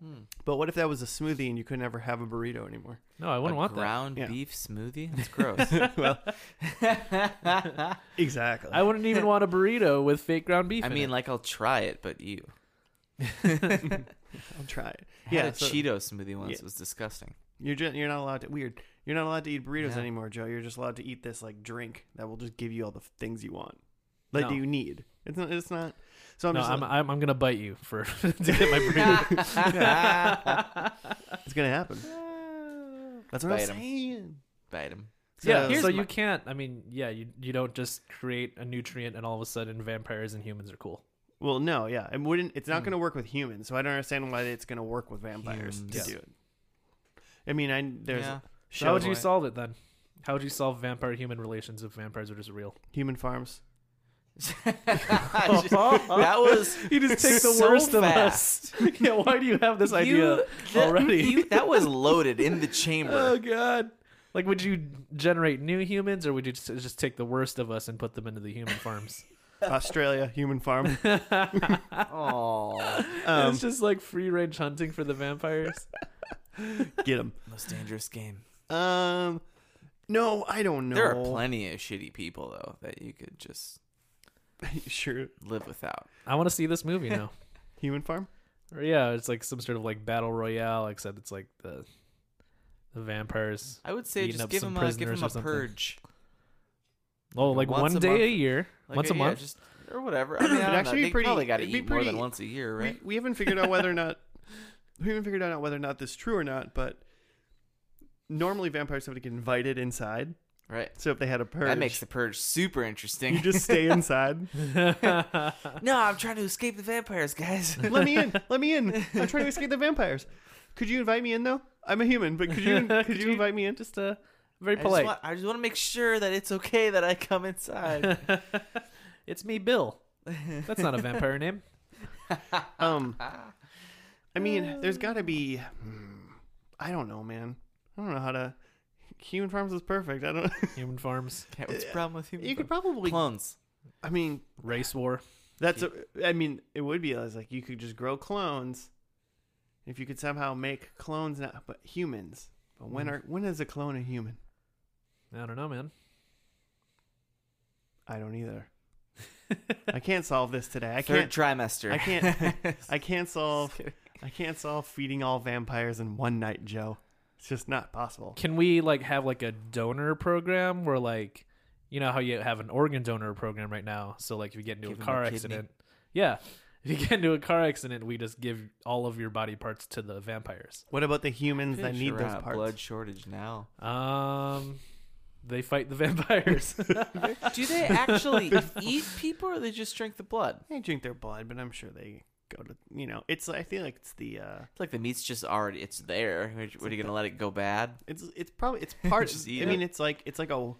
Speaker 3: Hmm.
Speaker 1: But what if that was a smoothie and you could never have a burrito anymore?
Speaker 2: No, I wouldn't
Speaker 3: a
Speaker 2: want
Speaker 3: ground
Speaker 1: Yeah.
Speaker 3: beef smoothie. It's gross.
Speaker 1: well,
Speaker 3: I
Speaker 1: exactly.
Speaker 2: that. I wouldn't even want a burrito with fake ground beef. in
Speaker 3: mean,
Speaker 2: it.
Speaker 3: like I'll try it, but you.
Speaker 1: I'll try it.
Speaker 3: yeah,
Speaker 1: Yeah,
Speaker 3: had a
Speaker 1: so
Speaker 3: Cheeto smoothie once.
Speaker 1: Yeah.
Speaker 3: It was disgusting.
Speaker 1: you're just, you're not allowed to weird. You're not allowed to eat burritos
Speaker 3: Yeah.
Speaker 1: anymore, Joe. You're just allowed to eat this like drink that will just give you all the things you want, like
Speaker 2: No.
Speaker 1: that you need. It's not. It's not. So I'm
Speaker 2: no,
Speaker 1: just.
Speaker 2: I'm, I'm I'm gonna bite you for to get my burrito.
Speaker 1: it's gonna happen. That's what
Speaker 3: Bite
Speaker 1: I'm
Speaker 3: 'em.
Speaker 1: saying.
Speaker 3: Bite him.
Speaker 2: yeah,
Speaker 1: here's
Speaker 2: so
Speaker 1: my-
Speaker 2: you can't. I mean, yeah, you you don't just create a nutrient and all of a sudden vampires and humans are cool.
Speaker 1: Well, no, yeah, it wouldn't. It's not going to work with humans, so I don't understand why it's going to work with vampires to
Speaker 2: Humans.
Speaker 1: do it. I mean, I there's
Speaker 3: Yeah.
Speaker 2: So how would
Speaker 1: shows
Speaker 2: you
Speaker 1: like
Speaker 2: solve it then? How would you solve vampire human relations if vampires are just real?
Speaker 1: human farms.
Speaker 3: that was
Speaker 2: You just take the
Speaker 3: so
Speaker 2: worst
Speaker 3: fast.
Speaker 2: of us. yeah, why do you have this idea
Speaker 3: You- that-
Speaker 2: already?
Speaker 3: you- that was loaded in the chamber.
Speaker 2: oh god. Like, would you generate new humans, or would you just, just take the worst of us and put them into the human farms?
Speaker 1: Australia human farm.
Speaker 3: Oh,
Speaker 1: Um,
Speaker 2: it's just like free range hunting for the vampires.
Speaker 1: get them.
Speaker 3: most dangerous game.
Speaker 1: Um, no, I don't know.
Speaker 3: There are plenty of shitty people though that you could just
Speaker 1: sure,
Speaker 3: live without.
Speaker 2: I want to see this movie now.
Speaker 1: human farm.
Speaker 2: Or yeah, it's like some sort of like battle royale, except it's like the the vampires.
Speaker 3: I would say
Speaker 2: Eating up
Speaker 3: just give
Speaker 2: some
Speaker 3: him a give
Speaker 2: prisoners
Speaker 3: him
Speaker 2: or
Speaker 3: a
Speaker 2: something.
Speaker 3: purge.
Speaker 2: Oh, like
Speaker 3: Once
Speaker 2: one
Speaker 3: a
Speaker 2: day
Speaker 3: month.
Speaker 2: a year,
Speaker 3: Like, uh,
Speaker 2: once a
Speaker 3: yeah,
Speaker 2: month.
Speaker 3: just or whatever. I mean,
Speaker 1: It'd
Speaker 3: I
Speaker 1: actually
Speaker 3: actually
Speaker 1: be
Speaker 3: know. They
Speaker 1: pretty-
Speaker 3: probably got to
Speaker 1: it'd be
Speaker 3: eat more than
Speaker 1: pretty-
Speaker 3: once a year, right?
Speaker 1: We, we haven't figured out whether or not we haven't figured out whether or not this is true or not. But normally vampires have to get invited inside.
Speaker 3: right.
Speaker 1: So if they had a purge,
Speaker 3: That makes the purge super
Speaker 1: you
Speaker 3: interesting.
Speaker 1: just stay inside.
Speaker 3: no, I'm trying to escape the vampires, guys.
Speaker 1: let me in. Let me in. I'm trying to escape the vampires. Could you invite me in though? I'm a human, but could you could,
Speaker 2: Could
Speaker 1: you,
Speaker 2: you-
Speaker 1: invite me in?
Speaker 2: just uh, very
Speaker 3: I just,
Speaker 2: polite.
Speaker 3: want, I just want to make sure that it's okay that I come inside.
Speaker 2: it's me, Bill. That's not a vampire name.
Speaker 1: Um, I
Speaker 2: Uh.
Speaker 1: mean, there's got to be. hmm, I don't know, man. I don't know how to. Human Farms is perfect. I don't.
Speaker 2: Human farms.
Speaker 3: Yeah, What's the problem with human?
Speaker 1: You could probably.
Speaker 3: clones.
Speaker 1: I mean,
Speaker 2: race war.
Speaker 1: that's. A, I mean, it would be as like you could just grow clones, if you could somehow make clones, not but humans. But when
Speaker 2: Mm.
Speaker 1: are when is a clone a human?
Speaker 2: I don't know, man.
Speaker 1: I don't either. I can't solve this today. I
Speaker 3: Third
Speaker 1: can't.
Speaker 3: trimester.
Speaker 1: I can't- I can't solve.
Speaker 3: Just kidding.
Speaker 1: I can't solve feeding all vampires in one night, Joe. It's just not possible.
Speaker 2: Can we like have like a donor program where like you know how you have an organ donor program right now? So like if you get into
Speaker 3: Give
Speaker 2: a
Speaker 3: 'em a
Speaker 2: car
Speaker 3: kidney.
Speaker 2: accident, yeah, if you get into a car accident, we just give all of your body parts to the vampires.
Speaker 1: What about the humans that
Speaker 3: Pretty
Speaker 1: need
Speaker 3: sure we're
Speaker 1: those
Speaker 3: on a
Speaker 1: parts?
Speaker 3: Blood shortage now.
Speaker 2: Um, they fight the vampires.
Speaker 3: Do they actually eat people, or they just drink the blood?
Speaker 1: They drink their blood, but I'm sure they go to you know. It's I feel like it's the uh
Speaker 3: It's like the meat's just already it's there. What, what are you gonna let it go bad?
Speaker 1: it's it's probably it's part.
Speaker 3: Just eat
Speaker 1: I mean,
Speaker 3: it.
Speaker 1: it's like it's like a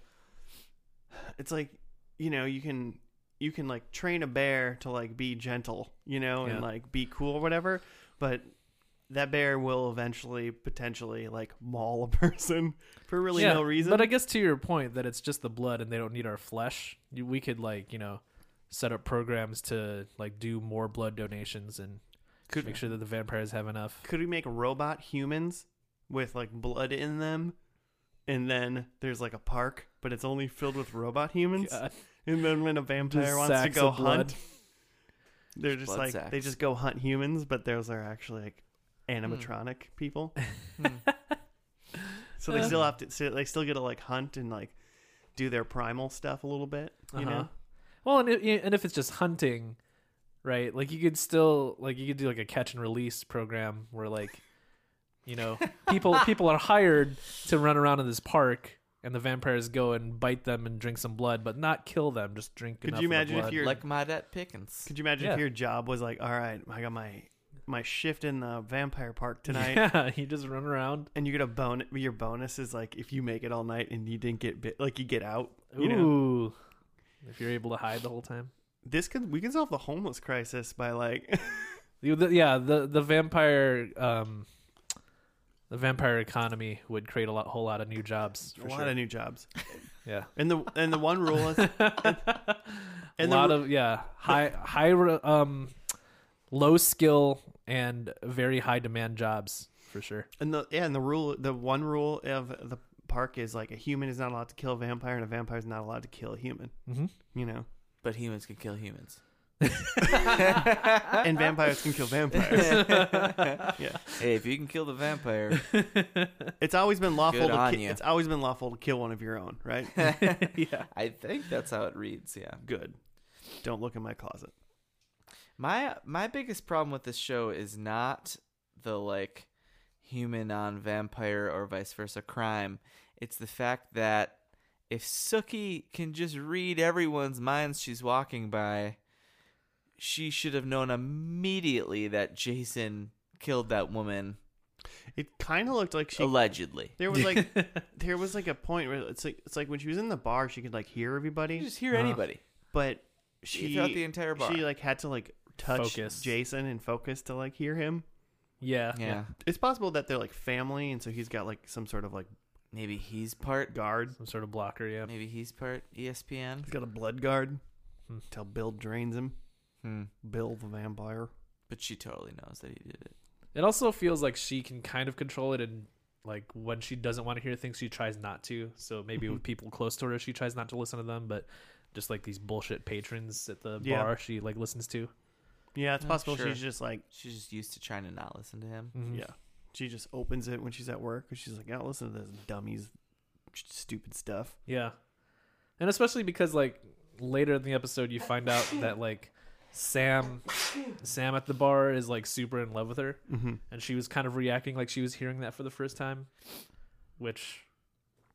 Speaker 1: it's like you know you can you can like train a bear to like be gentle, you know,
Speaker 2: Yeah.
Speaker 1: and like be cool or whatever, but. That bear will eventually, potentially, like maul a person for really
Speaker 2: Yeah,
Speaker 1: no reason.
Speaker 2: But I guess to your point that it's just the blood and they don't need our flesh. you- We could like you know set up programs to like do more blood donations and
Speaker 1: Could-
Speaker 2: make sure that the vampires have enough.
Speaker 1: could we make robot humans with like blood in them and then there's like a park but it's only filled with robot humans
Speaker 2: God,
Speaker 1: and then when a
Speaker 2: just
Speaker 1: vampire wants to
Speaker 2: sacks
Speaker 1: go
Speaker 2: of blood.
Speaker 1: hunt they're just
Speaker 3: blood
Speaker 1: like they
Speaker 3: sacks.
Speaker 1: just go hunt humans but those are actually like animatronic
Speaker 2: Hmm.
Speaker 1: people so they still have to so they still get to like hunt and like do their primal stuff a little bit you
Speaker 2: Uh-huh.
Speaker 1: know
Speaker 2: Well, and, i and if it's just hunting, right? Like you could still like you could do like a catch and release program where like you know people people are hired to run around in this park. And the vampires go and bite them and drink some blood, but not kill them. Just drink.
Speaker 1: Could
Speaker 2: enough
Speaker 1: you
Speaker 2: of the
Speaker 1: imagine if
Speaker 2: blood.
Speaker 1: you're-
Speaker 3: Like my dad Pickens.
Speaker 1: could you imagine if
Speaker 2: Yeah.
Speaker 1: your job was like all right i got my my shift in the vampire park tonight
Speaker 2: Yeah, you just run around.
Speaker 1: and you get a bonus. Your bonus is like if you make it all night and you didn't get bit, like you get out.
Speaker 2: Ooh.
Speaker 1: You know,
Speaker 2: If you're able to hide the whole time.
Speaker 1: this could we can solve the homeless crisis by like
Speaker 2: The- the- yeah, the the vampire um the vampire economy would create a lot whole lot of new jobs
Speaker 1: a
Speaker 2: for
Speaker 1: lot
Speaker 2: sure.
Speaker 1: of new jobs.
Speaker 2: yeah.
Speaker 1: And the and the one rule is
Speaker 2: a
Speaker 1: and the
Speaker 2: lot
Speaker 1: ru-
Speaker 2: of yeah, high high re- um low skill and very high demand jobs for sure.
Speaker 1: and the yeah and the rule the one rule of the park is like a human is not allowed to kill a vampire and a vampire is not allowed to kill a human.
Speaker 2: Mhm.
Speaker 1: You know,
Speaker 3: But humans can kill humans. Uh,
Speaker 1: and vampires can kill vampires. yeah,
Speaker 3: Hey, if you can kill the vampire,
Speaker 1: it's always been lawful.
Speaker 3: Good
Speaker 1: To
Speaker 3: on
Speaker 1: ki-
Speaker 3: you.
Speaker 1: it's always been lawful to kill one of your own, right?
Speaker 2: yeah.
Speaker 3: I think that's how it reads. Yeah.
Speaker 1: Good. Don't look in my closet.
Speaker 3: My my biggest problem with this show is not the like human on vampire or vice versa crime. It's the fact that if Suki can just read everyone's minds she's walking by, she should have known immediately that Jason killed that woman
Speaker 1: It kind of looked like she
Speaker 3: allegedly.
Speaker 1: There was like there was like a point where it's like it's like when she was in the bar she could like hear
Speaker 3: You
Speaker 1: everybody,
Speaker 3: just hear
Speaker 2: Uh-huh.
Speaker 3: anybody
Speaker 1: but she
Speaker 3: Uh, throughout the entire bar.
Speaker 1: she like had to like touch
Speaker 2: Focus.
Speaker 1: Jason and focus to like hear him.
Speaker 2: Yeah.
Speaker 3: yeah.
Speaker 1: It's possible that they're like family, and so he's got like some sort of like
Speaker 3: Maybe he's part.
Speaker 1: guard.
Speaker 2: Some sort of blocker, yeah.
Speaker 3: Maybe he's part E ESPN.
Speaker 1: He's got a blood guard.
Speaker 2: Hmm.
Speaker 1: Till Bill drains him.
Speaker 3: Hmm.
Speaker 1: Bill the vampire.
Speaker 3: But she totally knows that he did it.
Speaker 2: It also feels like she can kind of control it, and like when she doesn't want to hear things, she tries not to. So maybe
Speaker 1: Mm-hmm.
Speaker 2: with people close to her, she tries not to listen to them, but just like these bullshit patrons at the
Speaker 1: Yeah.
Speaker 2: bar, she like listens to.
Speaker 1: Yeah, it's
Speaker 3: Oh,
Speaker 1: possible
Speaker 3: sure.
Speaker 1: she's just like
Speaker 3: She's just used to trying to not listen to him.
Speaker 2: Mm-hmm.
Speaker 1: yeah. She just opens it when she's at work, and she's like, "Yeah, listen to this dummies, stupid stuff."
Speaker 2: yeah, and especially because like later in the episode, you find out that like Sam, Sam at the bar is like super in love with her,
Speaker 1: Mm-hmm.
Speaker 2: and she was kind of reacting like she was hearing that for the first time, which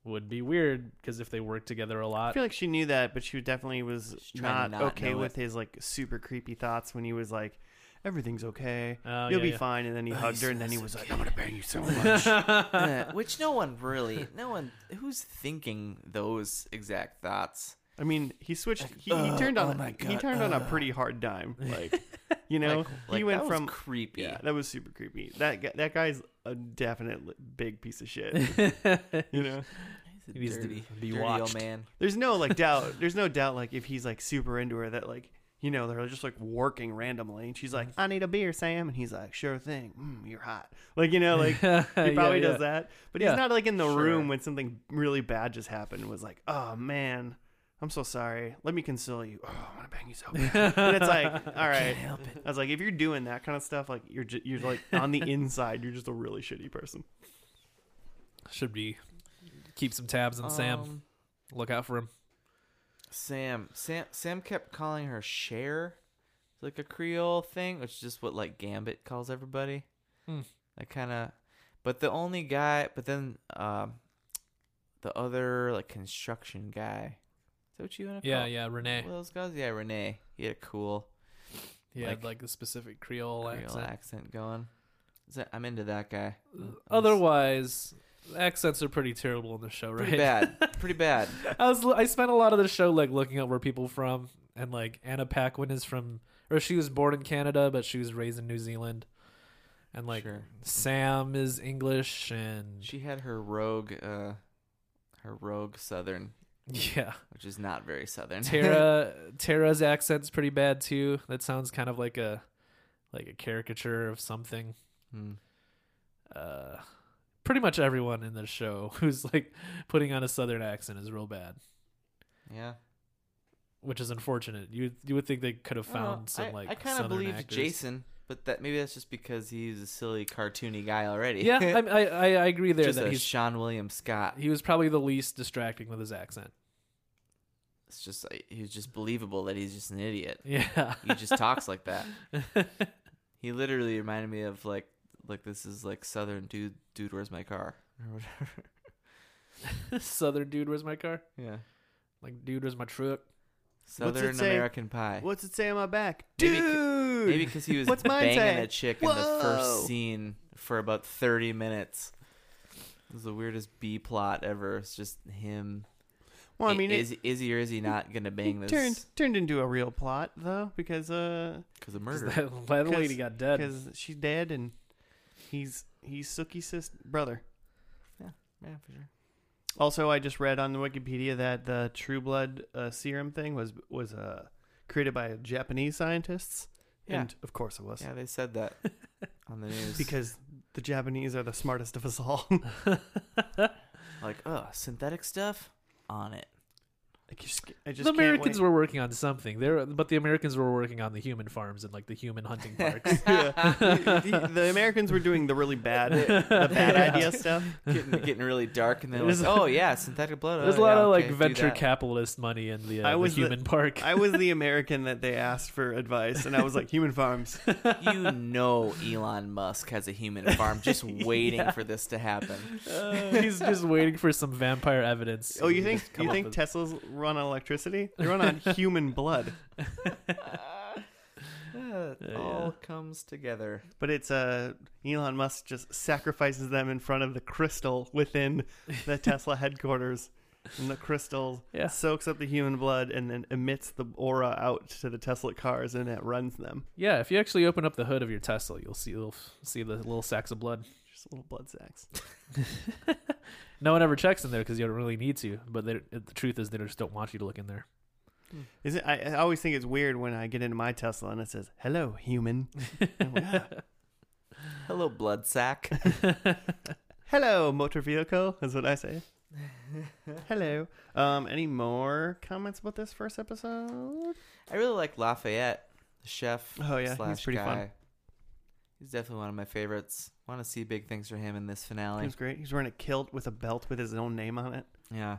Speaker 2: would be weird because if they work together a
Speaker 1: I
Speaker 2: lot.
Speaker 1: feel like she knew that, but she definitely was
Speaker 3: She's trying
Speaker 1: not,
Speaker 3: to not
Speaker 1: okay
Speaker 3: know
Speaker 1: with his like super creepy thoughts when he was like, "Everything's okay,
Speaker 2: Oh,
Speaker 1: you'll
Speaker 2: yeah,
Speaker 1: be
Speaker 2: yeah.
Speaker 1: fine," and then he
Speaker 3: Oh,
Speaker 1: hugged
Speaker 3: he's
Speaker 1: her, and then he
Speaker 3: so
Speaker 1: was like,
Speaker 3: cute.
Speaker 1: "I'm gonna bang you so much."
Speaker 3: Uh, which no one really, no one who's thinking those exact thoughts.
Speaker 1: I mean, he switched. He, he
Speaker 3: "Uh,
Speaker 1: turned on.
Speaker 3: oh my
Speaker 1: he
Speaker 3: God,
Speaker 1: turned on a
Speaker 3: uh."
Speaker 1: pretty hard dime. Like, you know,
Speaker 3: like,
Speaker 1: he
Speaker 3: like,
Speaker 1: went
Speaker 3: that was
Speaker 1: from.
Speaker 3: creepy.
Speaker 1: yeah, that was super creepy. That guy, that guy's a definite li- big piece of shit. You know,
Speaker 3: He's
Speaker 2: He needs to
Speaker 3: dirty,
Speaker 2: be
Speaker 3: dirty
Speaker 2: watched.
Speaker 3: old man.
Speaker 1: There's no like doubt. There's no doubt like if he's like super into her that like you know they're just like working randomly and she's like
Speaker 3: Mm-hmm.
Speaker 1: I need a beer Sam and he's like sure thing mm, you're hot like you know like he probably does that but
Speaker 2: Yeah.
Speaker 1: he's not like in the
Speaker 3: Sure.
Speaker 1: room when something really bad just happened and was like oh man I'm so sorry let me console you oh I want to bang you so bad and it's like all right
Speaker 3: help it.
Speaker 1: I was like if you're doing that kind of stuff like you're ju- you're like on the inside you're just a really shitty person
Speaker 2: Should be keep some tabs on Sam.
Speaker 3: Um,
Speaker 2: Look out for him.
Speaker 3: Sam. Sam. Sam kept calling her Cher. It's like a Creole thing, which is just what like Gambit calls everybody.
Speaker 2: Hmm.
Speaker 3: I kind of. But the only guy. But then, um, the other like construction guy. Is that what you want to
Speaker 2: Yeah,
Speaker 3: call?
Speaker 2: yeah, Renee.
Speaker 3: Well, those guys. Yeah, Renee. He had a cool
Speaker 2: He had
Speaker 3: like-
Speaker 2: like a specific Creole,
Speaker 3: Creole
Speaker 2: accent. Uh,
Speaker 3: accent, going. Is that- I'm into that guy.
Speaker 2: Otherwise, accents are pretty terrible in the show, right?
Speaker 3: Pretty bad. Pretty bad.
Speaker 2: I was I spent a lot of the show like looking up where people from and like Anna Paquin is from or she was born in Canada but she was raised in New Zealand. And like
Speaker 3: Sure.
Speaker 2: Sam is English and
Speaker 3: She had her rogue, uh, her rogue Southern,
Speaker 2: yeah.
Speaker 3: which is not very Southern.
Speaker 2: Tara Tara's accent's pretty bad too. That sounds kind of like a like a caricature of something.
Speaker 3: Hmm.
Speaker 2: Uh pretty much everyone in the show who's like putting on a southern accent is real bad.
Speaker 3: Yeah.
Speaker 2: Which is unfortunate. You you would think they could have
Speaker 3: I don't know.
Speaker 2: found some
Speaker 3: I,
Speaker 2: like
Speaker 3: I kind
Speaker 2: southern
Speaker 3: of believed
Speaker 2: actors.
Speaker 3: Jason, but that maybe that's just because he's a silly cartoony guy already.
Speaker 2: yeah, I, I I I agree there
Speaker 3: just
Speaker 2: that
Speaker 3: a
Speaker 2: he's
Speaker 3: Sean William Scott.
Speaker 2: he was probably the least distracting with his accent.
Speaker 3: It's just like, he's just believable that he's just an idiot.
Speaker 2: Yeah,
Speaker 3: He just talks like that. He literally reminded me of like like this is like Southern dude. Dude, where's my car? Or whatever.
Speaker 2: southern dude, where's my car?
Speaker 3: Yeah.
Speaker 2: Like dude, where's my truck?
Speaker 3: Southern
Speaker 1: say?
Speaker 3: American Pie.
Speaker 1: what's it say on my back
Speaker 3: Eh. Maybe-
Speaker 1: dude
Speaker 3: Maybe because he was
Speaker 1: What's mine
Speaker 3: banging
Speaker 1: say?
Speaker 3: a chick in the first
Speaker 1: Whoa.
Speaker 3: scene for about thirty minutes. It was the weirdest B plot ever. It's just him.
Speaker 1: well I mean it-
Speaker 3: is, is he or is he not gonna bang this?
Speaker 1: turned turned into a real plot though because uh
Speaker 3: because of
Speaker 2: 'Cause
Speaker 3: murder.
Speaker 2: That, that lady got dead.
Speaker 1: because she's dead and he's he's Suki's sis brother.
Speaker 3: yeah, for sure.
Speaker 1: Also, I just read on the Wikipedia that the True Blood uh, serum thing was was uh, created by Japanese scientists,
Speaker 3: Yeah,
Speaker 1: and of course it was
Speaker 3: yeah, they said that on the news.
Speaker 1: because the Japanese are the smartest of us all.
Speaker 3: like, oh, synthetic stuff on it.
Speaker 1: I just, I just
Speaker 2: The
Speaker 1: can't
Speaker 2: Americans
Speaker 1: wait.
Speaker 2: were working on something. There, but the Americans were working on the human farms and like the human hunting parks.
Speaker 1: Yeah. the, the Americans were doing the really bad, the bad idea stuff.
Speaker 3: Getting getting really dark, and then like,
Speaker 2: There's a-
Speaker 3: oh yeah, synthetic blood.
Speaker 2: There's a
Speaker 3: oh,
Speaker 2: lot
Speaker 3: yeah,
Speaker 2: of like
Speaker 3: okay, do
Speaker 2: venture
Speaker 3: that.
Speaker 2: capitalist money in the, uh,
Speaker 1: I
Speaker 2: the
Speaker 1: was the-
Speaker 2: human park.
Speaker 1: I was the American that they asked for advice, and I was like, "Human farms."
Speaker 3: You know, Elon Musk has a human farm just waiting for this to happen.
Speaker 2: He's just waiting for some vampire evidence.
Speaker 1: Oh, you think
Speaker 2: Just come
Speaker 1: you
Speaker 2: up
Speaker 1: think
Speaker 2: with-
Speaker 1: Teslas run on electricity? They run on human blood.
Speaker 3: Yeah, it
Speaker 2: Yeah,
Speaker 3: Uh, all
Speaker 2: yeah.
Speaker 3: comes together.
Speaker 1: But it's uh, Elon Musk just sacrifices them in front of the crystal within the Tesla headquarters, and the crystal
Speaker 2: Yeah.
Speaker 1: soaks up the human blood and then emits the aura out to the Tesla cars, and it runs them.
Speaker 2: Yeah, if you actually open up the hood of your Tesla, you'll see you'll f- see the little sacks of blood.
Speaker 1: Just little blood sacks.
Speaker 2: No one ever checks in there because you don't really need to. But they're- the truth is, they just don't want you to look in there.
Speaker 1: Is it? I, I always think it's weird when I get into my Tesla and it says "Hello, human." I'm like, "Ah,
Speaker 3: Hello, blood sack.
Speaker 1: Hello, motor vehicle. Is what I say. Hello. Um, any more comments about this first episode?
Speaker 3: I really like Lafayette, the chef.
Speaker 1: Oh, yeah, he's
Speaker 3: slash
Speaker 1: pretty
Speaker 3: guy.
Speaker 1: fun.
Speaker 3: He's definitely one of my favorites. Want to see big things for him in this
Speaker 1: He
Speaker 3: finale.
Speaker 1: was great. He's wearing a kilt with a belt with his own name on it.
Speaker 3: Yeah,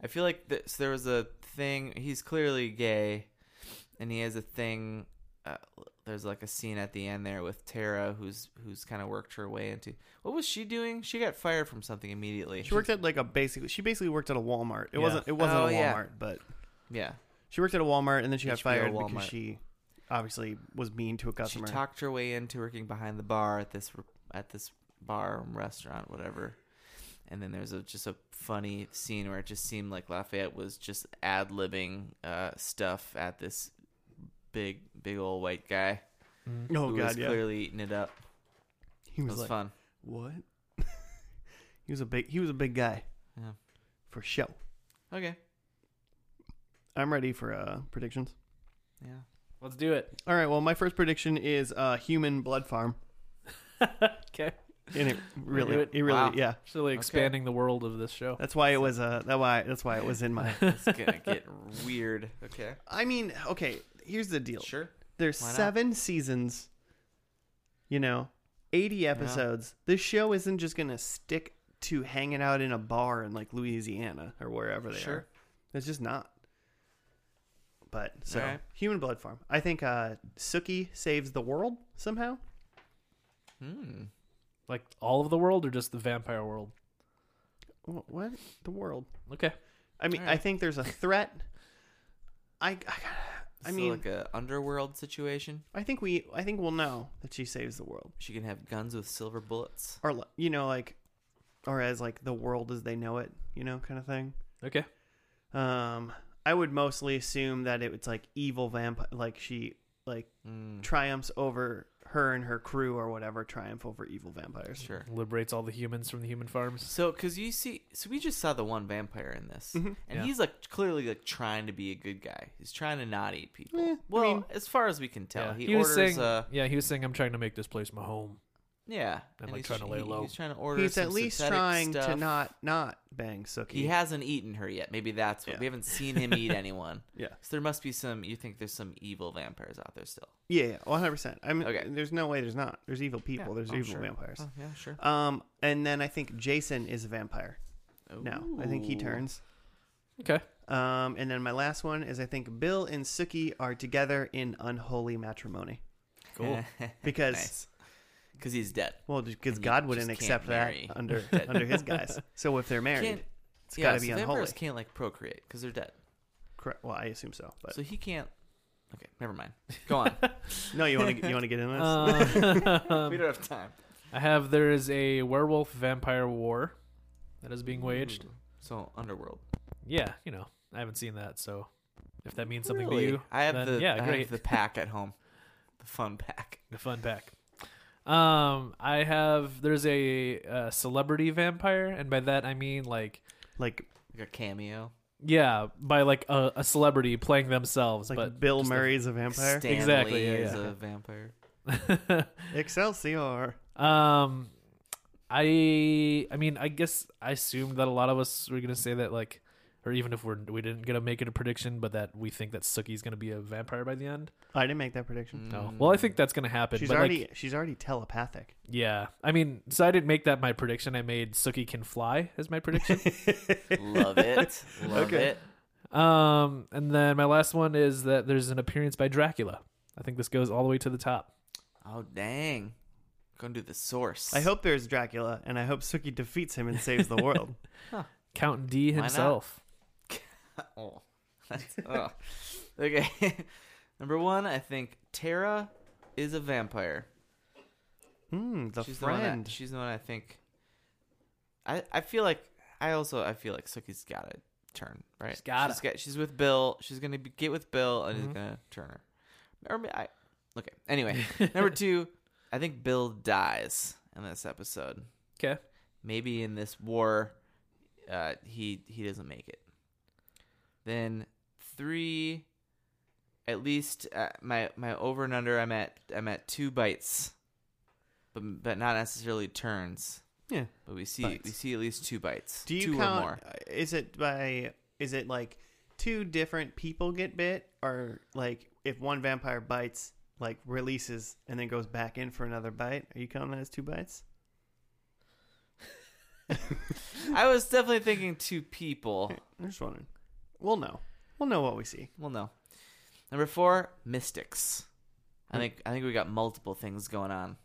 Speaker 3: I feel like this, there was a thing. He's clearly gay, and he has a thing. Uh, there's like a scene at the end there with Tara, who's who's kind of worked her way into. What was she doing? She got fired from something immediately.
Speaker 1: She worked at like a basically. She basically worked at a Walmart. It
Speaker 2: Yeah.
Speaker 1: wasn't. It wasn't
Speaker 3: Oh,
Speaker 1: a Walmart,
Speaker 3: yeah.
Speaker 1: but
Speaker 3: yeah,
Speaker 1: she worked at a Walmart and then she got
Speaker 3: HBO
Speaker 1: fired
Speaker 3: Walmart.
Speaker 1: because she obviously was mean to a customer.
Speaker 3: She talked her way into working behind the bar at this at this bar and restaurant, whatever. And then there's a, just a funny scene where it just seemed like Lafayette was just ad libbing uh, stuff at this big big old white guy
Speaker 1: oh
Speaker 3: who was
Speaker 1: god, yeah.
Speaker 3: clearly eating it up.
Speaker 1: He
Speaker 3: It
Speaker 1: was,
Speaker 3: was
Speaker 1: like,
Speaker 3: fun.
Speaker 1: what? he was a big. He was a big guy.
Speaker 3: Yeah.
Speaker 1: for show.
Speaker 3: Okay.
Speaker 1: I'm ready for uh, predictions.
Speaker 3: Yeah.
Speaker 2: Let's do it.
Speaker 1: All right. Well, my first prediction is uh, human blood farm,
Speaker 2: okay.
Speaker 1: and it really,
Speaker 2: Really?
Speaker 1: it really,
Speaker 3: Wow.
Speaker 1: yeah.
Speaker 2: Really expanding the world of this show.
Speaker 1: That's why it was uh, that why that's why it was in my.
Speaker 3: It's gonna get weird. Okay.
Speaker 1: I mean, okay. Here's the deal.
Speaker 3: Sure.
Speaker 1: There's
Speaker 3: Why not?
Speaker 1: seven seasons. You know, 80 episodes. This show isn't just gonna stick to hanging out in a bar in like Louisiana or wherever they
Speaker 3: Sure.
Speaker 1: are. It's just not. But so
Speaker 3: All right.
Speaker 1: human blood farm. I think uh, Suki saves the world somehow.
Speaker 3: Hmm.
Speaker 2: Like all of the world or just the vampire world?
Speaker 1: Wh- What the world?
Speaker 2: Okay.
Speaker 1: I mean,
Speaker 3: All
Speaker 1: I
Speaker 3: right.
Speaker 1: think there's a threat. I, I, I
Speaker 3: So
Speaker 1: mean,
Speaker 3: like a underworld situation.
Speaker 1: I think we, I think we'll know that she saves the world,
Speaker 3: She can have guns with silver bullets.
Speaker 1: or li- you know, like, or as like the world as they know it, you know, kind of thing.
Speaker 2: Okay.
Speaker 1: Um, I would mostly assume that it was like evil vampire, like she like
Speaker 3: Mm.
Speaker 1: triumphs over her and her crew or whatever, triumph over evil vampires.
Speaker 3: Sure.
Speaker 2: Liberates all the humans from the human farms.
Speaker 3: So, cause you see, so we just saw the one vampire in this,
Speaker 1: Mhm.
Speaker 3: and
Speaker 2: Yeah.
Speaker 3: he's like clearly like trying to be a good guy. He's trying to not eat people.
Speaker 1: Eh, I
Speaker 3: well,
Speaker 1: mean-
Speaker 3: as far as we can tell,
Speaker 2: Yeah.
Speaker 3: he,
Speaker 2: He was
Speaker 3: orders.
Speaker 2: saying-
Speaker 3: uh,
Speaker 2: Yeah, he was saying I'm trying to make this place my home.
Speaker 3: yeah,
Speaker 2: And, like,
Speaker 3: he's
Speaker 2: trying to lay
Speaker 3: he-
Speaker 2: low.
Speaker 3: He's trying to order.
Speaker 1: He's
Speaker 3: some
Speaker 1: at least
Speaker 3: synthetic
Speaker 1: trying to
Speaker 3: stuff.
Speaker 1: not not bang Suki.
Speaker 3: He hasn't eaten her yet. Maybe that's what
Speaker 1: Yeah.
Speaker 3: we haven't seen him eat anyone.
Speaker 1: Yeah.
Speaker 3: So there must be some. You think there's some evil vampires out there still?
Speaker 1: Yeah, yeah, one hundred percent. I mean,
Speaker 3: Okay.
Speaker 1: there's no way there's not. There's evil people.
Speaker 3: Yeah.
Speaker 1: There's
Speaker 3: Oh,
Speaker 1: evil
Speaker 3: sure.
Speaker 1: vampires.
Speaker 3: Oh, yeah, sure.
Speaker 1: Um, and then I think Jason is a vampire. Uh, No, I think he
Speaker 3: Ooh.
Speaker 1: turns.
Speaker 2: Okay.
Speaker 1: Um, and then my last one is I think Bill and Suki are together in unholy matrimony
Speaker 2: Cool.
Speaker 1: because
Speaker 3: Nice. because Eh, he's dead.
Speaker 1: well, because
Speaker 3: And you
Speaker 1: God
Speaker 3: just
Speaker 1: wouldn't
Speaker 3: can't
Speaker 1: accept that
Speaker 3: marry
Speaker 1: under
Speaker 3: dead
Speaker 1: under his guys. So if they're married,
Speaker 3: Can't-
Speaker 1: it's got to
Speaker 3: so
Speaker 1: be unholy.
Speaker 3: vampires can't like procreate because they're dead.
Speaker 1: Correct. Well, I assume so. But
Speaker 3: So he can't. Okay, never mind. Go on.
Speaker 1: no, you want to you want to get in this? Um,
Speaker 2: Uh,
Speaker 3: we don't have time.
Speaker 2: I have there is a werewolf vampire war that is being
Speaker 3: Hmm.
Speaker 2: waged.
Speaker 3: Mm-hmm. So underworld.
Speaker 2: Yeah, you know, I haven't seen that, so if that means something
Speaker 3: Really?
Speaker 2: to you,
Speaker 3: I have
Speaker 2: then
Speaker 3: the
Speaker 2: yeah,
Speaker 3: I
Speaker 2: great,
Speaker 3: have the pack at home, the fun pack.
Speaker 2: the fun pack. Um, I have there's a, uh celebrity vampire, and by that I mean like
Speaker 1: like
Speaker 3: Like a cameo.
Speaker 2: yeah, by like a, a celebrity playing themselves,
Speaker 1: it's like
Speaker 2: but
Speaker 1: Bill
Speaker 2: just a-
Speaker 1: Murray's a vampire.
Speaker 3: Stanley
Speaker 2: Exactly, yeah,
Speaker 3: is
Speaker 2: yeah.
Speaker 3: a vampire.
Speaker 1: Excelsior.
Speaker 2: Um, I I mean, I guess I assumed that a lot of us were gonna say that like, or even if we're we didn't gonna make it a prediction, but that we think that Suki's gonna be a vampire by the end.
Speaker 1: I didn't make that prediction.
Speaker 2: No,
Speaker 3: Mm.
Speaker 2: well, I think that's gonna happen.
Speaker 1: she's
Speaker 2: but
Speaker 1: already
Speaker 2: like,
Speaker 1: she's already telepathic.
Speaker 2: yeah. I mean, so I didn't make that my prediction. I made Suki can fly as my prediction.
Speaker 3: Love it. Love
Speaker 1: Okay.
Speaker 3: it.
Speaker 2: um, and then my last one is that there's an appearance by Dracula. I think this goes all the way to the top.
Speaker 3: Oh dang. Going to the source.
Speaker 1: I hope there's Dracula, and I hope Suki defeats him and saves the world.
Speaker 2: Count D
Speaker 3: Why not?
Speaker 2: himself.
Speaker 3: oh. That's, oh. Okay. Number one, I think Tara is a vampire.
Speaker 1: Hmm, the
Speaker 3: she's The one
Speaker 1: friend.
Speaker 3: that, she's the one I think. I I feel like I also I feel like Suki's got to turn right.
Speaker 2: She's gotta.
Speaker 3: She's, got, she's with Bill. She's gonna be, get with Bill and
Speaker 1: Mm-hmm.
Speaker 2: Mhm.
Speaker 3: he's gonna turn her. Or ma- I. Okay. Anyway, number two, I think Bill dies in this episode.
Speaker 2: 'Kay.
Speaker 3: Maybe in this war, uh, he he doesn't make it. Then three, at least uh, my my over and under. I'm at I'm at two bites, but but not necessarily turns.
Speaker 1: Yeah.
Speaker 3: But we see
Speaker 1: Bites.
Speaker 3: we see at least two bites.
Speaker 1: Do you
Speaker 3: two
Speaker 1: count? uh,
Speaker 3: or more?
Speaker 1: Is it by? Is it like two different people get bit, or like if one vampire bites, like releases and then goes back in for another bite? Are you counting that as two bites?
Speaker 3: I was definitely thinking two people.
Speaker 1: I'm just wondering. We'll know. We'll know what we see.
Speaker 3: Well, no. Number four, mystics. I
Speaker 1: Hmm.
Speaker 3: think I think we got multiple things going on.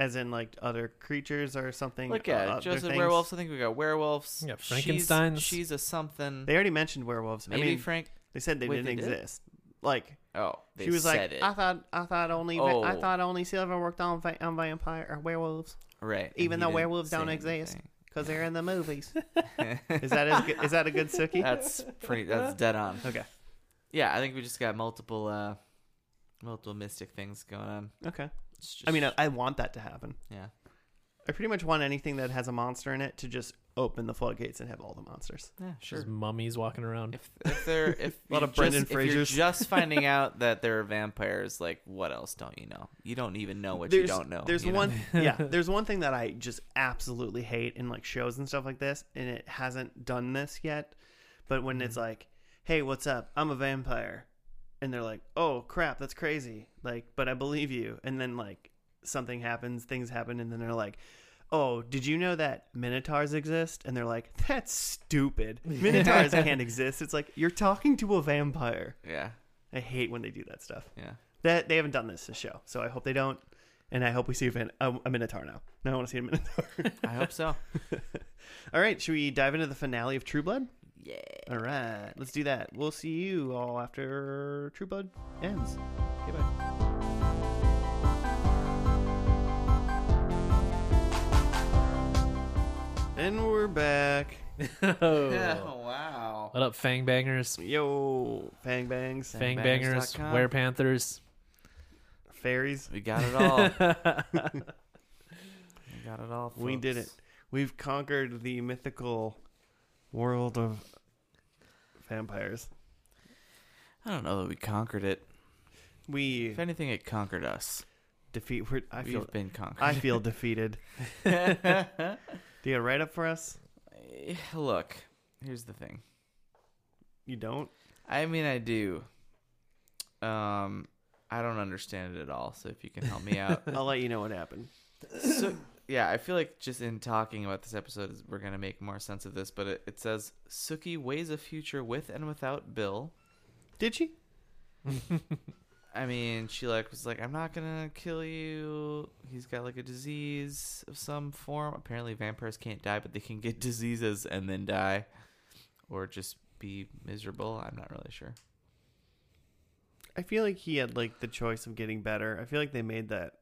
Speaker 1: As in, like other creatures or something.
Speaker 3: Look at
Speaker 1: uh,
Speaker 3: it.
Speaker 1: other
Speaker 3: Just
Speaker 1: things.
Speaker 3: werewolves. I think we got werewolves.
Speaker 2: We got
Speaker 3: She's-
Speaker 2: Frankensteins.
Speaker 3: She's, a something.
Speaker 1: They already mentioned werewolves.
Speaker 3: Maybe
Speaker 1: I mean,
Speaker 3: Frank.
Speaker 1: they said they
Speaker 3: wait,
Speaker 1: didn't
Speaker 3: they did?
Speaker 1: exist. Like
Speaker 3: Oh, they
Speaker 1: she was
Speaker 3: said
Speaker 1: like, "Ah,
Speaker 3: it.
Speaker 1: I thought, I thought only, va- I
Speaker 3: Oh.
Speaker 1: thought only Silver worked on, va- on vampire or werewolves
Speaker 3: right. and
Speaker 1: even
Speaker 3: he
Speaker 1: though
Speaker 3: didn't
Speaker 1: werewolves
Speaker 3: say
Speaker 1: don't exist.
Speaker 3: anything.
Speaker 1: because they're in the movies. Is that as good, is that a good suki?
Speaker 3: That's pretty. That's dead on.
Speaker 1: Okay.
Speaker 3: Yeah, I think we just got multiple, uh multiple mystic things going on.
Speaker 1: Okay.
Speaker 3: It's
Speaker 1: I mean, uh, I,
Speaker 3: just-
Speaker 1: I want that to happen.
Speaker 3: yeah.
Speaker 1: I pretty much want anything that has a monster in it to just open the floodgates and have all the monsters.
Speaker 3: Yeah,
Speaker 2: Just mummies walking around.
Speaker 3: If, if they're if
Speaker 1: A lot
Speaker 3: you
Speaker 1: of Brendan
Speaker 3: just, if you're
Speaker 1: Frasers.
Speaker 3: just finding out that there are vampires, like what else don't you know? You don't even know what you
Speaker 1: there's,
Speaker 3: don't know.
Speaker 1: There's
Speaker 3: you know?
Speaker 1: one, yeah. There's one thing that I just absolutely hate in like shows and stuff like this, and it hasn't done this yet. But when
Speaker 3: Mm-hmm.
Speaker 1: it's like, "Hey, what's up? I'm a vampire," and they're like, "Oh crap, that's crazy!" Like, but I believe you. And then like something happens, things happen, and then they're like. Oh, did you know that minotaurs exist? And they're like, that's stupid. Minotaurs can't exist. It's like you're talking to a vampire.
Speaker 3: Yeah,
Speaker 1: I hate when they do that stuff.
Speaker 3: yeah.
Speaker 1: That they haven't done this this show, so I hope they don't. And I hope we see a, van, a, a minotaur now. Now I want to see a minotaur.
Speaker 3: I hope so.
Speaker 1: all right, should we dive into the finale of True Blood?
Speaker 3: Yeah.
Speaker 1: All right, let's do that. We'll see you all after True Blood ends. Okay, bye. And we're back.
Speaker 2: Oh.
Speaker 3: wow.
Speaker 2: What up, Fang Bangers?
Speaker 1: Yo, bang bangs,
Speaker 2: Fang Bangers,
Speaker 3: fangbangers.com.
Speaker 2: Wear Panthers.
Speaker 1: fairies.
Speaker 3: We got it all. we got it all.
Speaker 1: We did it.
Speaker 3: folks.
Speaker 1: We've conquered the mythical world of vampires.
Speaker 3: I don't know that we conquered it.
Speaker 1: We
Speaker 3: If anything, it conquered us.
Speaker 1: defeat. We're, I feel.
Speaker 3: We've been conquered.
Speaker 1: I feel defeated. Do you write up for us?
Speaker 3: Look, here's the thing.
Speaker 1: You don't.
Speaker 3: I mean, I do. Um, I don't understand it at all. So if you can help me out,
Speaker 1: I'll let you know what happened.
Speaker 3: so yeah, I feel like just in talking about this episode, is- we're gonna make more sense of this. But it, it says Suki weighs a future with and without Bill.
Speaker 1: Did she?
Speaker 3: I mean, she like was like, "I'm not gonna kill you." He's got like a disease of some form. Apparently, vampires can't die, but they can get diseases and then die, or just be miserable. I'm not really sure.
Speaker 1: I feel like he had like the choice of getting better. I feel like they made that.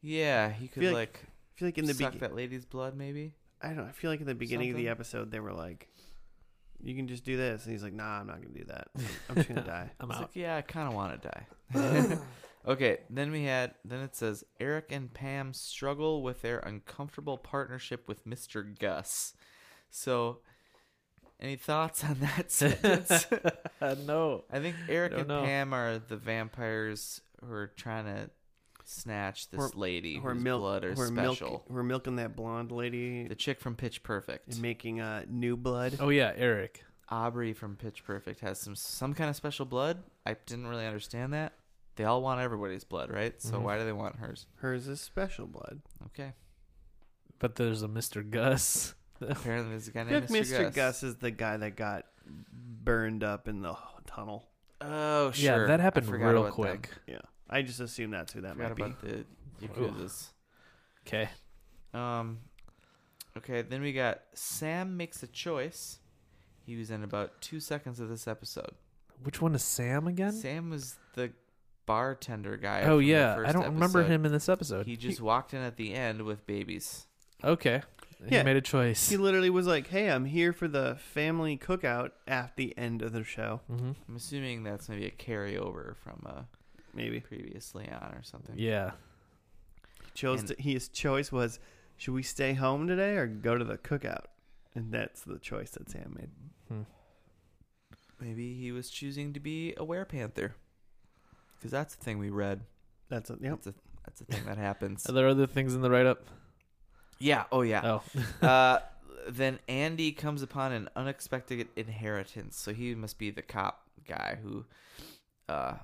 Speaker 3: Yeah, he could
Speaker 1: Feel
Speaker 3: like,
Speaker 1: I feel like in the
Speaker 3: suck
Speaker 1: beginning.
Speaker 3: that lady's blood, maybe.
Speaker 1: I don't. know. I feel like in the beginning of the
Speaker 3: Something.
Speaker 1: episode they were like, "You can just do this," and he's like, "Nah, I'm not gonna do that. I'm, I'm just gonna die."
Speaker 2: I'm
Speaker 3: It's
Speaker 2: out.
Speaker 3: like, yeah, I kind of want to die. okay, then we had, then it says Eric and Pam struggle with their uncomfortable partnership with Mr. Gus. So, any thoughts on that sentence? Uh,
Speaker 2: no.
Speaker 3: I think Eric
Speaker 2: Don't
Speaker 3: and
Speaker 2: know.
Speaker 3: Pam are the vampires who are trying to snatch this
Speaker 1: Or-
Speaker 3: lady
Speaker 1: We're
Speaker 3: whose
Speaker 1: milk-
Speaker 3: blood are
Speaker 1: we're
Speaker 3: special.
Speaker 1: milk- we're milking that blonde lady
Speaker 3: The chick from Pitch Perfect,
Speaker 1: and making uh, new blood.
Speaker 2: Oh yeah, Eric.
Speaker 3: Aubrey from Pitch Perfect, has some some kind of special blood. I didn't really understand that. They all want everybody's blood, right? So
Speaker 1: Mm-hmm.
Speaker 2: Mhm.
Speaker 3: why do they want hers?
Speaker 1: Hers is special blood.
Speaker 3: Okay.
Speaker 2: But there's a Mr. Gus.
Speaker 3: Apparently, there's a guy
Speaker 1: I feel
Speaker 3: named
Speaker 1: like
Speaker 3: Mr.
Speaker 1: Mr. Gus.
Speaker 3: Gus.
Speaker 1: is the guy that got burned up in the tunnel.
Speaker 3: Oh, sure.
Speaker 2: Yeah, that
Speaker 3: I
Speaker 2: happened
Speaker 3: forgot
Speaker 2: real
Speaker 3: about
Speaker 2: quick.
Speaker 3: Them.
Speaker 1: Yeah, I just assume that's who that
Speaker 3: Forgot
Speaker 1: might be.
Speaker 3: about the Yakuza's.
Speaker 2: Okay.
Speaker 3: Um, okay, then we got Sam makes a choice. He was in about two seconds of this episode.
Speaker 2: Which one is Sam again?
Speaker 3: Sam was the bartender guy.
Speaker 2: oh
Speaker 3: from the
Speaker 2: yeah, I
Speaker 3: first
Speaker 2: don't remember
Speaker 3: episode.
Speaker 2: him in this episode.
Speaker 3: He just walked in at the end with babies.
Speaker 2: okay.
Speaker 1: Yeah.
Speaker 2: He made a choice.
Speaker 1: He literally was like, "Hey, I'm here for the family cookout at the end of the show."
Speaker 2: hmm
Speaker 3: I'm assuming that's maybe a carryover from uh,
Speaker 1: Maybe
Speaker 3: previously on or something.
Speaker 2: Yeah.
Speaker 1: he chose
Speaker 3: And-
Speaker 1: to, his choice was, "Should we stay home today or go to the cookout?" And that's the choice that Sam made.
Speaker 3: Maybe he was choosing to be a werepanther. Because that's the thing we read.
Speaker 1: That's a, yep.
Speaker 3: That's a that's a thing that happens.
Speaker 2: Are there other things in the write up?
Speaker 3: yeah. Oh yeah.
Speaker 2: Oh.
Speaker 3: uh, then Andy comes upon an unexpected inheritance. So he must be the cop guy who uh,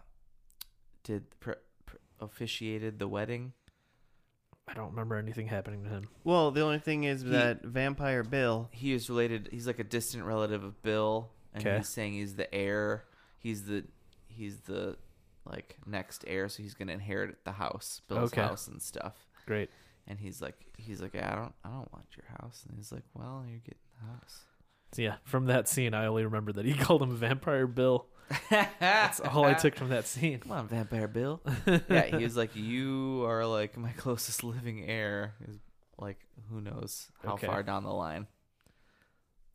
Speaker 3: did pr pr- officiated the wedding.
Speaker 2: I don't remember anything happening to him.
Speaker 1: Well, the only thing is
Speaker 3: He-
Speaker 1: that Vampire Bill.
Speaker 3: He is related. He's like a distant relative of Bill, and
Speaker 2: Okay.
Speaker 3: he's saying he's the heir. He's the he's the like next heir, so he's gonna inherit the house, Bill's
Speaker 2: Okay.
Speaker 3: house and stuff.
Speaker 2: Great.
Speaker 3: And he's like, he's like, I don't, I don't want your house. And he's like, well, you're getting the house.
Speaker 2: So, yeah, from that scene, I only remember that he called him Vampire Bill.
Speaker 3: That's
Speaker 2: That's all I took from that scene.
Speaker 3: Come on, Vampire Bill. yeah, he was like, You are like my closest living heir. Is like who knows how
Speaker 2: Okay.
Speaker 3: far down the line.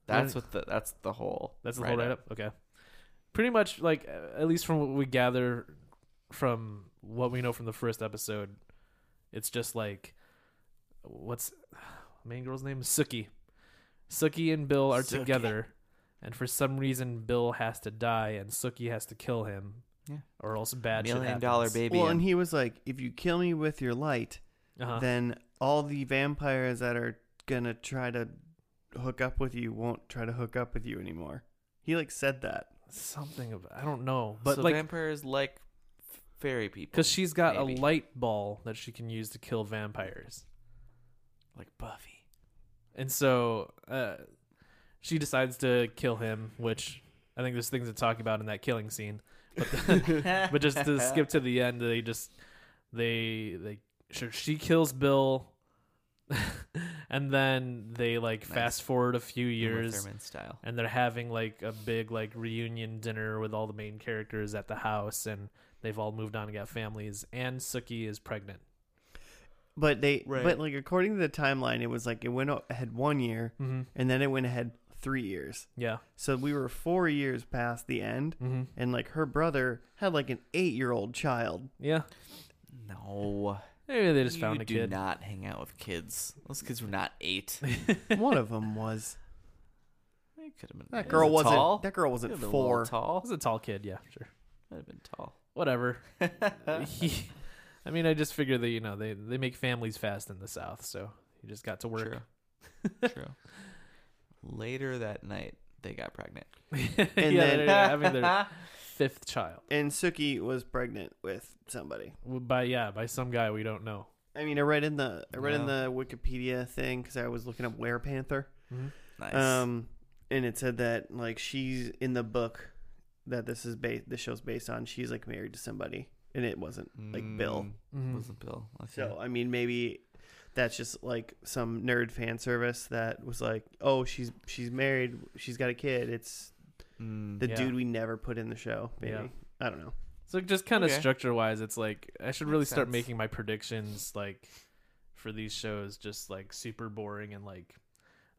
Speaker 2: Then-
Speaker 3: That's what the that's the whole
Speaker 2: That's the whole write up. Okay. Pretty much, like, uh, at least from what we gather from what we know from the first episode, it's just like, what's main girl's name? Suki. Suki and Bill are
Speaker 3: Sookie.
Speaker 2: together, and for some reason Bill has to die, and Suki has to kill him,
Speaker 3: Yeah.
Speaker 2: or else bad shit
Speaker 3: Million dollar
Speaker 2: happens.
Speaker 3: baby.
Speaker 1: Well, and he was like, if you kill me with your light,
Speaker 2: Uh-huh.
Speaker 1: then all the vampires that are gonna try to hook up with you won't try to hook up with you anymore. He like said that.
Speaker 2: Something of I don't know, but
Speaker 3: so
Speaker 2: like
Speaker 3: vampires like f- fairy people
Speaker 2: because she's got
Speaker 3: Maybe.
Speaker 2: a light ball that she can use to kill vampires,
Speaker 3: like Buffy.
Speaker 2: and so uh, she decides to kill him. Which I think there's things to talk about in that killing scene, but but just to skip to the end, they just they they sure she kills Bill, and then they like
Speaker 3: Nice.
Speaker 2: fast forward a few
Speaker 3: Uma
Speaker 2: years,
Speaker 3: Thurman style.
Speaker 2: and they're having like a big like reunion dinner with all the main characters at the house, and they've all moved on and got families, and Suki is pregnant.
Speaker 1: But they,
Speaker 3: Right.
Speaker 1: but like according to the timeline, it was like it went o- ahead one year,
Speaker 2: Mm-hmm.
Speaker 1: and then it went ahead three years.
Speaker 2: Yeah.
Speaker 1: So we were four years past the end,
Speaker 2: Mm-hmm.
Speaker 1: and like her brother had like an eight-year-old child.
Speaker 2: Yeah.
Speaker 3: No,
Speaker 2: Maybe they just
Speaker 3: you
Speaker 2: found a
Speaker 3: do
Speaker 2: kid.
Speaker 3: not hang out with kids. Those kids were not eight.
Speaker 1: One of them was
Speaker 3: They could have been.
Speaker 1: that
Speaker 3: they
Speaker 1: girl
Speaker 3: was
Speaker 1: wasn't
Speaker 3: tall.
Speaker 1: that girl
Speaker 3: They
Speaker 1: wasn't
Speaker 3: could've been a little
Speaker 1: four.
Speaker 2: I
Speaker 3: Tall.
Speaker 2: was a tall kid. Yeah. Sure.
Speaker 3: Might have been tall.
Speaker 2: Whatever. he, I mean, I just figure that you know they they make families fast in the South, so you just got to work.
Speaker 3: True. True. Later that night, they got pregnant.
Speaker 2: and
Speaker 1: then-
Speaker 2: then having their fifth child
Speaker 1: And Suki was pregnant with somebody.
Speaker 2: W- by yeah by some guy we don't know.
Speaker 1: I mean, I read in the I read in
Speaker 3: Yeah.
Speaker 1: the Wikipedia thing because I was looking up Were Panther,
Speaker 3: nice.
Speaker 1: um, and it said that like she's in the book that this is based this show's based on. She's like married to somebody, and it wasn't like Bill.
Speaker 3: Mm,
Speaker 2: Mhm.
Speaker 3: Wasn't Bill? Okay.
Speaker 1: So I mean, maybe that's just like some nerd fan service that was like, oh, she's she's married, she's got a kid. It's
Speaker 3: Mm.
Speaker 1: the
Speaker 2: Yeah.
Speaker 1: dude we never put in the show. Maybe
Speaker 2: Yeah.
Speaker 1: I don't know.
Speaker 2: So just kind of
Speaker 3: Okay.
Speaker 2: structure wise, it's like I should really
Speaker 3: Makes
Speaker 2: start
Speaker 3: sense.
Speaker 2: making my predictions like for these shows just like super boring and like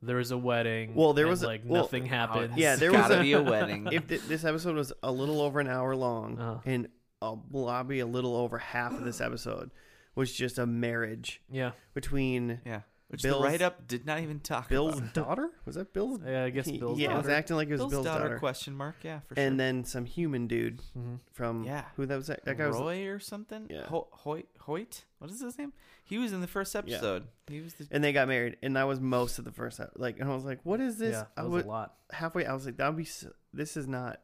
Speaker 2: there was a wedding.
Speaker 1: Well, there
Speaker 2: and,
Speaker 1: was a-
Speaker 2: like
Speaker 1: well,
Speaker 2: nothing
Speaker 3: How-
Speaker 2: happened.
Speaker 1: Oh, Yeah,
Speaker 3: it's
Speaker 1: there was
Speaker 3: gotta
Speaker 1: a-
Speaker 3: be a wedding.
Speaker 1: if th- this episode was a little over an hour long
Speaker 2: Uh-huh.
Speaker 1: and a blobby a little over half of this episode was just a marriage
Speaker 2: yeah,
Speaker 1: between
Speaker 3: yeah, which
Speaker 1: Bill's-
Speaker 3: the write-up did not even talk
Speaker 1: Bill's
Speaker 3: about.
Speaker 1: daughter. Was that Bill's?
Speaker 2: yeah. I guess
Speaker 1: He-
Speaker 2: Bill's
Speaker 1: yeah,
Speaker 2: daughter.
Speaker 1: it was acting like it was
Speaker 3: Bill's,
Speaker 1: Bill's,
Speaker 3: daughter,
Speaker 1: daughter.
Speaker 3: Question mark? Yeah, for sure.
Speaker 1: And then some human dude
Speaker 2: Mhm.
Speaker 1: from
Speaker 3: Yeah.
Speaker 1: who that was that, that guy was
Speaker 3: Roy or something.
Speaker 1: Yeah.
Speaker 3: Ho- Hoyt. Hoyt. What is his name? He was in the first episode. He was the.
Speaker 1: and they got married and that was most of the first ep- like and I was like what is this
Speaker 2: Yeah,
Speaker 1: I
Speaker 2: that was
Speaker 1: was
Speaker 2: a lot.
Speaker 1: halfway I was like that would be s this is not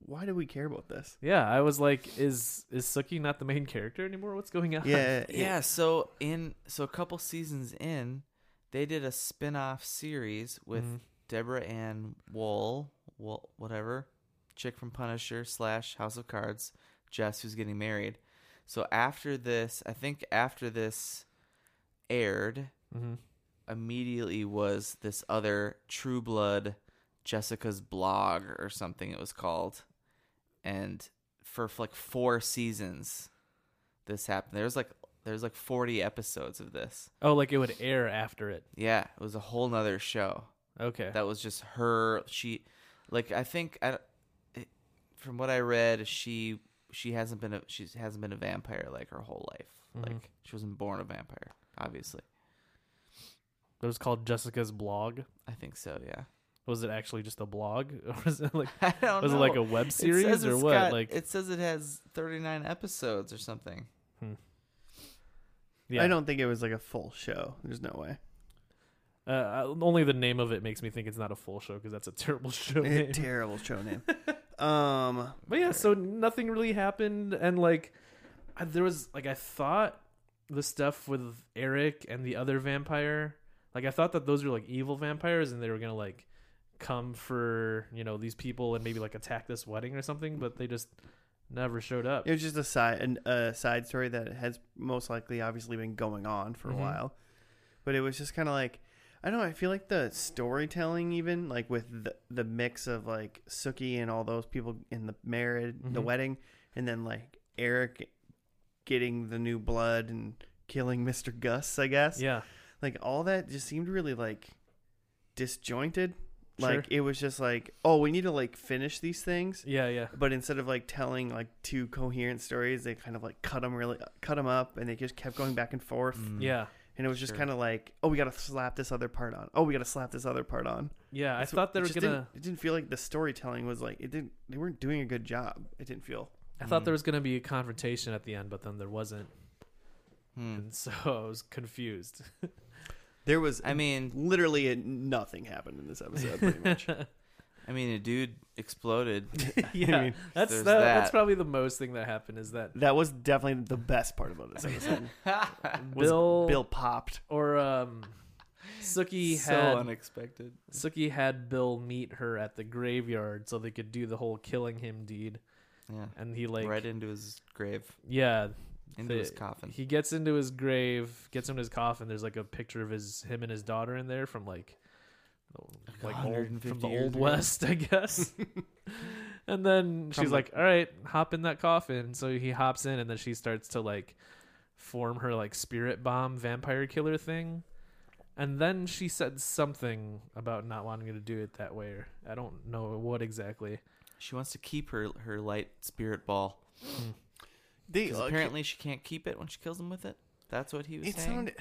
Speaker 1: why do we care about this
Speaker 2: Yeah, I was like, is is Suki not the main character anymore? What's going on?
Speaker 1: yeah it-
Speaker 3: Yeah. So in so a couple seasons in, they did a spin-off series with
Speaker 1: Mm-hmm.
Speaker 2: Mhm.
Speaker 3: Deborah Ann Wool, Wool, whatever, chick from Punisher slash House of Cards, Jess who's getting married. So after this, I think after this aired,
Speaker 2: Mhm.
Speaker 3: immediately was this other True Blood Jessica's blog or something it was called. And for like four seasons this happened. There was like there's like 40 episodes of this.
Speaker 2: Oh, like it would air after it.
Speaker 3: Yeah, it was a whole nother show.
Speaker 2: Okay.
Speaker 3: That was just her she like I think I it- from what I read she she hasn't been a she hasn't been a vampire like her whole life.
Speaker 2: Mhm.
Speaker 3: Like she wasn't born a vampire, obviously.
Speaker 2: It was called Jessica's blog.
Speaker 3: I think so, yeah.
Speaker 2: Was it actually just a blog, or was it like
Speaker 3: I don't
Speaker 2: was
Speaker 3: know.
Speaker 2: it like a web
Speaker 3: It says
Speaker 2: series or
Speaker 3: it's
Speaker 2: what?
Speaker 3: got-
Speaker 2: like
Speaker 3: it says it has 39 episodes or something.
Speaker 2: yeah.
Speaker 1: I don't think it was like a full show there's no way
Speaker 2: Uh, uh, only the name of it makes me think it's not a full show because that's a terrible show name.
Speaker 1: terrible show name um
Speaker 2: but yeah, so nothing really happened, and like I, there was like I thought the stuff with Eric and the other vampire, like I thought that those were like evil vampires, and they were gonna like come for you know these people and maybe like attack this wedding or something, but they just never showed up.
Speaker 1: It was just a side an, a side story that has most likely obviously been going on for a
Speaker 2: Mhm.
Speaker 1: while, but it was just kind of like I don't know. I feel like the storytelling, even like with the, the mix of like Suki and all those people in the marriage, the
Speaker 2: Mhm.
Speaker 1: wedding, and then like Eric getting the new blood and killing Mister Gus. I guess
Speaker 2: yeah,
Speaker 1: like all that just seemed really like disjointed. Like
Speaker 2: Sure.
Speaker 1: it was just like oh we need to like finish these things
Speaker 2: yeah, yeah.
Speaker 1: but instead of like telling like
Speaker 2: Hmm.
Speaker 1: two coherent stories they kind of like cut them really cut them up and they just kept going back and forth
Speaker 2: Yeah,
Speaker 1: and it was just
Speaker 3: Sure.
Speaker 1: kind of like, oh, we got to slap this other part on. Oh, we got to slap this other part on.
Speaker 2: Yeah, I
Speaker 1: That's what-
Speaker 2: thought they
Speaker 1: it
Speaker 2: were
Speaker 1: just
Speaker 2: gonna.
Speaker 1: Didn't, it didn't feel like the storytelling was like it didn't. They weren't doing a good job. It didn't feel.
Speaker 2: I thought
Speaker 1: Hmm.
Speaker 2: there
Speaker 3: Mm.
Speaker 2: was gonna be a confrontation at the end, but then there wasn't,
Speaker 3: Hmm.
Speaker 2: and so I was confused.
Speaker 1: There was.
Speaker 3: I mean,
Speaker 1: literally nothing happened in this episode. Pretty much.
Speaker 3: I mean, a dude exploded.
Speaker 2: yeah,
Speaker 1: mean,
Speaker 2: that's
Speaker 3: there's
Speaker 2: that, that's
Speaker 3: that.
Speaker 2: probably the most thing that happened is that
Speaker 1: that was definitely the best part about this episode. was
Speaker 2: Bill,
Speaker 1: Bill popped.
Speaker 2: or um, Suki
Speaker 3: so
Speaker 2: had
Speaker 3: unexpected.
Speaker 2: Suki had Bill meet her at the graveyard so they could do the whole killing him deed,
Speaker 3: Yeah,
Speaker 2: and he like
Speaker 3: right into his grave,
Speaker 2: yeah
Speaker 3: into his
Speaker 2: the-
Speaker 3: coffin.
Speaker 2: He gets into his grave, gets into his coffin. There's like a picture of his him and his daughter in there from like, the- like old,
Speaker 3: 150
Speaker 2: from the
Speaker 3: years
Speaker 2: old
Speaker 3: ago.
Speaker 2: west, I guess. and then she's
Speaker 3: From
Speaker 2: like,
Speaker 3: like-
Speaker 2: "All right, hop in that coffin." So he hops in, and then she starts to like form her like spirit bomb vampire killer thing. And then she said something about not wanting to do it that way. Or I don't know what exactly.
Speaker 3: She wants to keep her her light spirit ball
Speaker 1: They
Speaker 3: because
Speaker 1: uh,
Speaker 3: apparently she can't keep it when she kills him with it. That's what he was
Speaker 1: it
Speaker 3: saying.
Speaker 1: sounded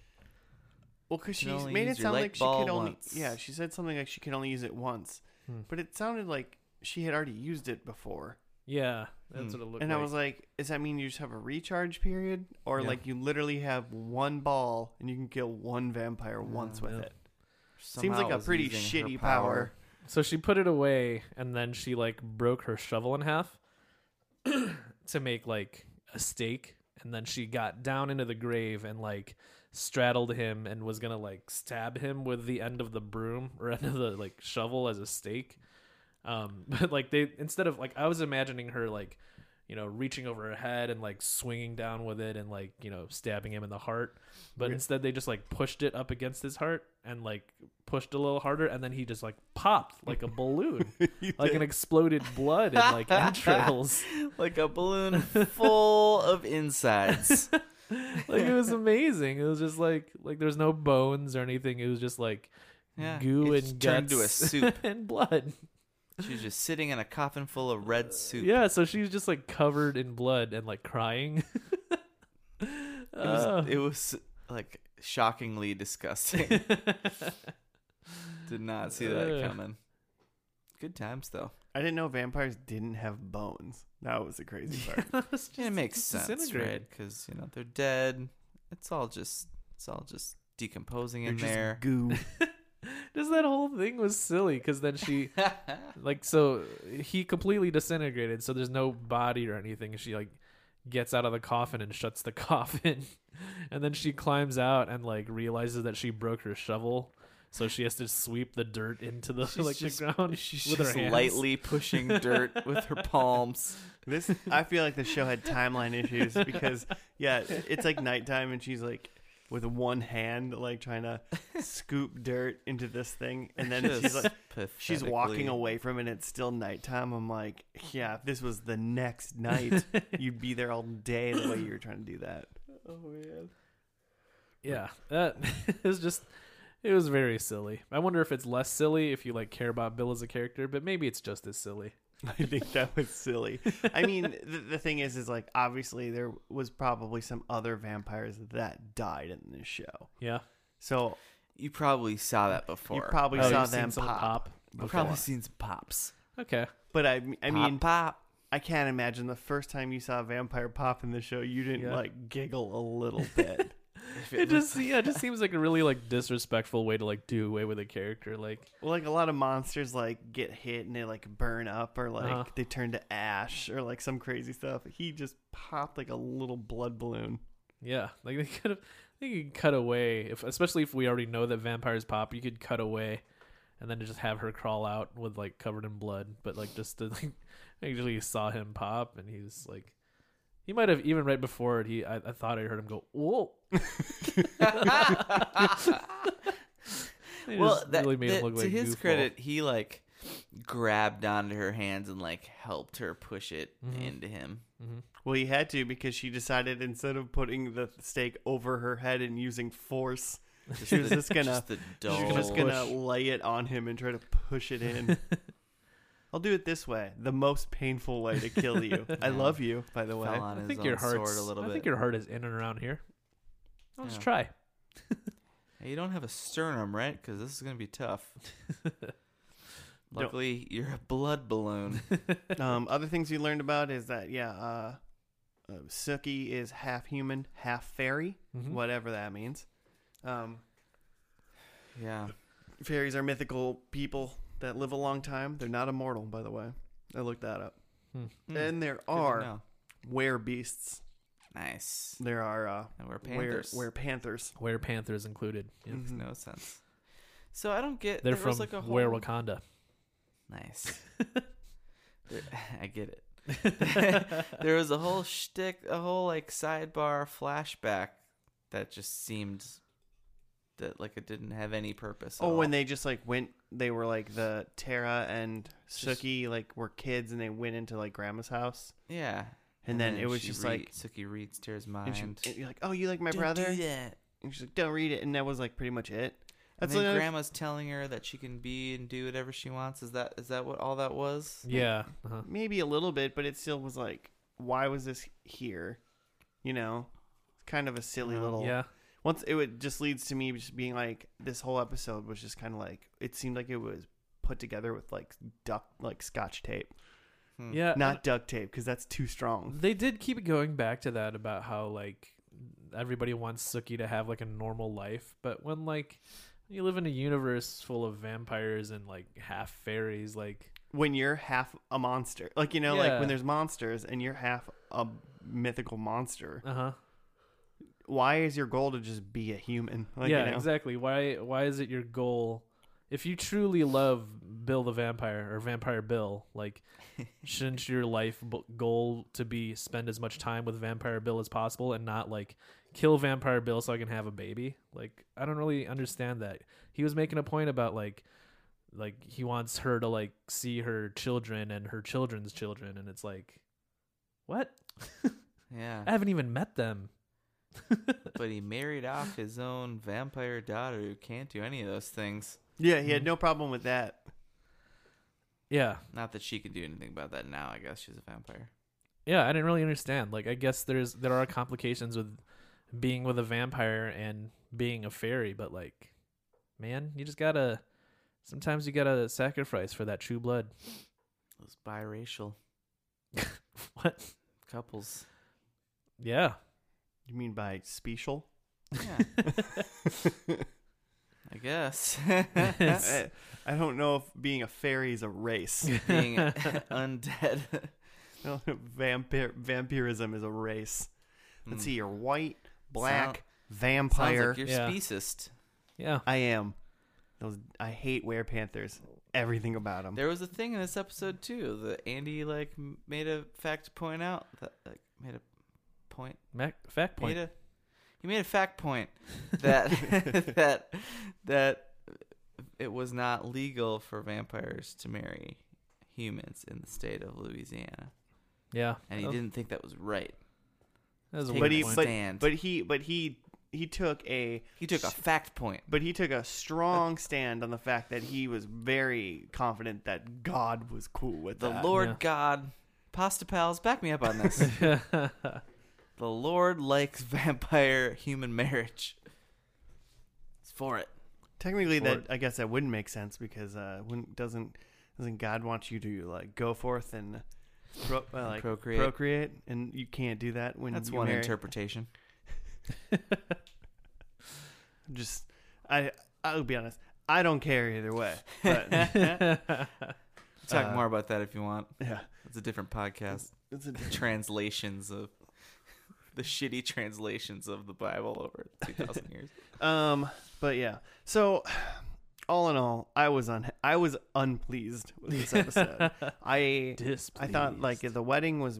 Speaker 1: well because she
Speaker 3: You can only
Speaker 1: made it
Speaker 3: use your
Speaker 1: sound
Speaker 3: light
Speaker 1: like she
Speaker 3: ball
Speaker 1: could only
Speaker 3: once.
Speaker 1: yeah she said something like she could only use it once
Speaker 2: Hmm.
Speaker 1: but it sounded like she had already used it before
Speaker 2: Yeah, that's
Speaker 3: Hmm.
Speaker 2: what it looked
Speaker 1: and
Speaker 2: like.
Speaker 1: i was like does that mean you just have a recharge period or
Speaker 2: Yeah.
Speaker 1: like you literally have one ball and you can kill one vampire once with
Speaker 2: Yeah.
Speaker 1: it seems like
Speaker 3: Somehow
Speaker 1: a
Speaker 3: was
Speaker 1: pretty
Speaker 3: using her
Speaker 1: shitty power,
Speaker 2: So she put it away and then she like broke her shovel in half to make like a stake and then she got down into the grave and like straddled him and was going to like stab him with the end of the broom or end of the like shovel as a stake. Um but like they instead of like I was imagining her like you know reaching over her head and like swinging down with it and like you know stabbing him in the heart but
Speaker 1: Re-
Speaker 2: instead they just like pushed it up against his heart and like pushed a little harder and then he just like popped like a balloon like an exploded blood and like entrails
Speaker 3: like a balloon full of insides.
Speaker 2: like it was amazing it was just like like there's no bones or anything it was just like
Speaker 3: Yeah,
Speaker 2: goo
Speaker 3: it's
Speaker 2: and
Speaker 3: turned
Speaker 2: guts
Speaker 3: to a soup.
Speaker 2: and blood
Speaker 3: She's just sitting in a coffin full of red soup.
Speaker 2: yeah so she was just like covered in blood and like crying
Speaker 3: It was,
Speaker 1: Uh.
Speaker 2: Oh.
Speaker 3: it was like shockingly disgusting. Did not see that
Speaker 2: Ugh.
Speaker 3: coming. Good times though.
Speaker 1: i didn't know vampires didn't have bones that was the crazy part
Speaker 2: That was
Speaker 3: Yeah, it
Speaker 2: just
Speaker 3: makes sense,
Speaker 2: disintegrated.
Speaker 3: right? Because you know they're dead. It's all just it's all just decomposing
Speaker 1: They're
Speaker 3: in
Speaker 1: just
Speaker 3: there.
Speaker 1: goo
Speaker 2: just that whole thing was silly because then she like so he completely disintegrated so there's no body or anything she like gets out of the coffin and shuts the coffin and then she climbs out and like realizes that she broke her shovel so she has to sweep the dirt into the
Speaker 3: She's
Speaker 2: like
Speaker 3: just-
Speaker 2: the ground
Speaker 3: She's
Speaker 2: with
Speaker 3: just
Speaker 2: her hands.
Speaker 3: lightly pushing dirt with her palms.
Speaker 1: This I feel like the show had timeline issues because yeah, it's like nighttime and she's like with one hand like trying to scoop dirt into this thing and then she's like she's walking away from it and it's still nighttime. I'm like, yeah, if this was the next night, you'd be there all day the way you were trying to do that.
Speaker 2: yeah that it was just it was very silly i wonder if it's less silly if you like care about bill as a character but maybe it's just as silly
Speaker 1: I think that was silly. I mean, the, the thing is is like obviously there was probably some other vampires that died in this show.
Speaker 2: yeah
Speaker 1: So
Speaker 3: You probably saw that before.
Speaker 1: you probably
Speaker 2: Oh,
Speaker 1: saw
Speaker 2: you've seen
Speaker 1: them
Speaker 2: someone
Speaker 1: pop.
Speaker 3: You've
Speaker 1: before.
Speaker 3: probably seen some pops.
Speaker 2: okay
Speaker 1: But I, I
Speaker 3: Pop,
Speaker 1: mean,
Speaker 3: pop.
Speaker 1: I can't imagine the first time you saw a vampire pop in the show, you didn't
Speaker 2: Yeah.
Speaker 1: like giggle a little bit.
Speaker 3: If
Speaker 2: it just yeah, it just seems like a really like disrespectful way to like do away with a character. Like
Speaker 1: well, like a lot of monsters like get hit and they like burn up or like
Speaker 2: Uh-huh.
Speaker 1: they turn to ash or like some crazy stuff. He just popped like a little blood balloon.
Speaker 2: yeah, like they could have they could cut away if especially if we already know that vampires pop, you could cut away and then just have her crawl out with like covered in blood, but like just to like actually you saw him pop and he's like he might have even right before it he I, I thought I heard him go, Whoa They
Speaker 3: well,
Speaker 2: just
Speaker 3: that,
Speaker 2: really made him
Speaker 3: that-
Speaker 2: look
Speaker 3: to
Speaker 2: like
Speaker 3: his
Speaker 2: goofball.
Speaker 3: credit, he like grabbed onto her hands and like helped her push it
Speaker 2: Mhm.
Speaker 3: into him.
Speaker 2: Mhm.
Speaker 1: Well, he had to because she decided instead of putting the stake over her head and using force,
Speaker 3: Just
Speaker 1: She was
Speaker 3: the-
Speaker 1: just gonna-
Speaker 3: just the
Speaker 1: she was
Speaker 3: dull-
Speaker 1: just gonna lay it on him and try to push it in. I'll do it this way, the most painful way to kill you. I love you, by the
Speaker 3: fell
Speaker 1: way.
Speaker 3: on
Speaker 2: I
Speaker 3: his
Speaker 2: think
Speaker 3: own
Speaker 2: your
Speaker 3: sword
Speaker 2: heart's
Speaker 3: a little
Speaker 2: I
Speaker 3: bit.
Speaker 2: think your heart is in and around here. I'll just
Speaker 3: Yeah.
Speaker 2: try.
Speaker 3: Hey, you don't have a sternum, right? Because this is gonna be tough. Luckily, you're a blood balloon.
Speaker 1: um, other things you learned about is that yeah, uh, uh, Suki is half human, half fairy,
Speaker 3: Mm-hmm.
Speaker 2: Mhm.
Speaker 1: whatever that means. Um,
Speaker 3: yeah.
Speaker 1: fairies are mythical people that live a long time. They're not immortal, by the way. I looked that up.
Speaker 3: Mm, good
Speaker 1: And there
Speaker 3: to
Speaker 1: are
Speaker 3: know.
Speaker 1: were beasts.
Speaker 3: nice.
Speaker 1: There are uh,
Speaker 3: And we're
Speaker 1: were
Speaker 3: panthers.
Speaker 1: were panthers.
Speaker 2: Where panthers included. Yeah.
Speaker 1: Mhm.
Speaker 3: Makes no sense. So I don't get.
Speaker 2: They're
Speaker 3: there
Speaker 2: from
Speaker 3: Mm-hmm. was like a whole...
Speaker 2: where Wakanda.
Speaker 3: Nice. There- I get it. there was a whole shtick, a whole like sidebar flashback that just seemed that like it didn't have any purpose. at
Speaker 1: oh, when
Speaker 3: all.
Speaker 1: they just like went, they were like the Tara and Suki like were kids, and they went into like Grandma's house,
Speaker 3: yeah,
Speaker 1: and, then, it was
Speaker 3: she
Speaker 1: just
Speaker 3: read-
Speaker 1: like.
Speaker 3: Suki reads Tara's
Speaker 1: And,
Speaker 3: mind.
Speaker 1: she, and you're like, oh, you like my
Speaker 3: Don't
Speaker 1: brother?
Speaker 3: do that.
Speaker 1: And she's like, don't read it. And that was like pretty much it.
Speaker 3: And
Speaker 1: That's
Speaker 3: then
Speaker 1: another-
Speaker 3: grandma's telling her that she can be and do whatever she wants. Is that is that what all that was?
Speaker 2: Yeah. Uh-huh.
Speaker 1: maybe a little bit, but it still was like, why was this here? You know, it's kind of a silly little.
Speaker 2: Uh, Yeah.
Speaker 1: Once it would just leads to me just being like, this whole episode was just kind of like it seemed like it was put together with like duct like scotch tape,
Speaker 3: Hmm.
Speaker 2: Yeah.
Speaker 1: not duct tape because that's too strong.
Speaker 2: They did keep going back to that about how like everybody wants Suki to have like a normal life, but when like you live in a universe full of vampires and like half fairies, like
Speaker 1: When you're half a monster, like you know, like
Speaker 2: Yeah.
Speaker 1: when there's monsters and you're half a mythical monster,
Speaker 2: uh huh.
Speaker 1: why is your goal to just be a human? Like,
Speaker 2: yeah,
Speaker 1: you know?
Speaker 2: exactly. Why why is it your goal? If you truly love Bill the Vampire or Vampire Bill, like shouldn't your life b- goal to be spend as much time with Vampire Bill as possible and not like kill Vampire Bill so I can have a baby? Like I don't really understand that. He was making a point about like like he wants her to like see her children and her children's children and it's like what?
Speaker 3: Yeah.
Speaker 2: I haven't even met them.
Speaker 3: but he married off his own vampire daughter who can't do any of those things.
Speaker 1: yeah, he had
Speaker 2: Mhm.
Speaker 1: no problem with that.
Speaker 2: yeah.
Speaker 3: Not that she can do anything about that now. I guess she's a vampire.
Speaker 2: yeah i didn't really understand like i guess there's there are complications with being with a vampire and being a fairy but like man you just gotta sometimes you gotta sacrifice for that true blood
Speaker 3: It was biracial
Speaker 2: what
Speaker 3: couples.
Speaker 2: yeah
Speaker 1: You mean by special?
Speaker 3: Yeah, I guess
Speaker 1: I, I don't know if being a fairy is a race.
Speaker 3: being undead.
Speaker 1: I don't know if Vampir- vampirism is a race. Let's
Speaker 3: Hmm.
Speaker 1: see, you're white, black,
Speaker 3: Sound- Sounds
Speaker 1: vampire.
Speaker 3: like you're
Speaker 2: Yeah.
Speaker 3: speciest.
Speaker 2: yeah
Speaker 1: I am. Those I hate wear panthers. Everything about them.
Speaker 3: There was a thing in this episode too that Andy like m- made a fact to point out that like made a point
Speaker 2: Mac- fact
Speaker 3: He
Speaker 2: point
Speaker 3: made a, he made a fact point that that that it was not legal for vampires to marry humans in the state of Louisiana,
Speaker 2: yeah
Speaker 3: and he
Speaker 2: that,
Speaker 3: didn't think that was right.
Speaker 2: that was a
Speaker 1: Oh.
Speaker 3: take
Speaker 1: but
Speaker 2: weird
Speaker 1: he,
Speaker 2: point.
Speaker 1: but,
Speaker 3: Stand.
Speaker 1: but he, but he, he took a,
Speaker 3: He took a fact point.
Speaker 1: but he took a strong stand on the fact that he was very confident that God was cool with
Speaker 3: The
Speaker 1: that.
Speaker 3: Lord
Speaker 2: yeah.
Speaker 3: God, pasta pals, back me up on this. the Lord likes vampire human marriage. It's for it.
Speaker 1: Technically, that
Speaker 2: Or-
Speaker 1: I guess that wouldn't make sense because uh, wouldn't doesn't doesn't God want you to like go forth and pro, uh, like
Speaker 3: Procreate.
Speaker 1: procreate. and you can't do that when
Speaker 3: That's
Speaker 1: you
Speaker 3: one
Speaker 1: marry.
Speaker 3: interpretation.
Speaker 1: Just I I'll be honest, I don't care either way. But
Speaker 3: Talk
Speaker 1: Uh,
Speaker 3: more about that if you want.
Speaker 1: yeah,
Speaker 3: It's a different podcast.
Speaker 1: it's a,
Speaker 3: translations of the shitty translations of the Bible over 2,000 years.
Speaker 1: um, but yeah. So all in all, I was on I was unpleased with this episode. I I thought like the wedding was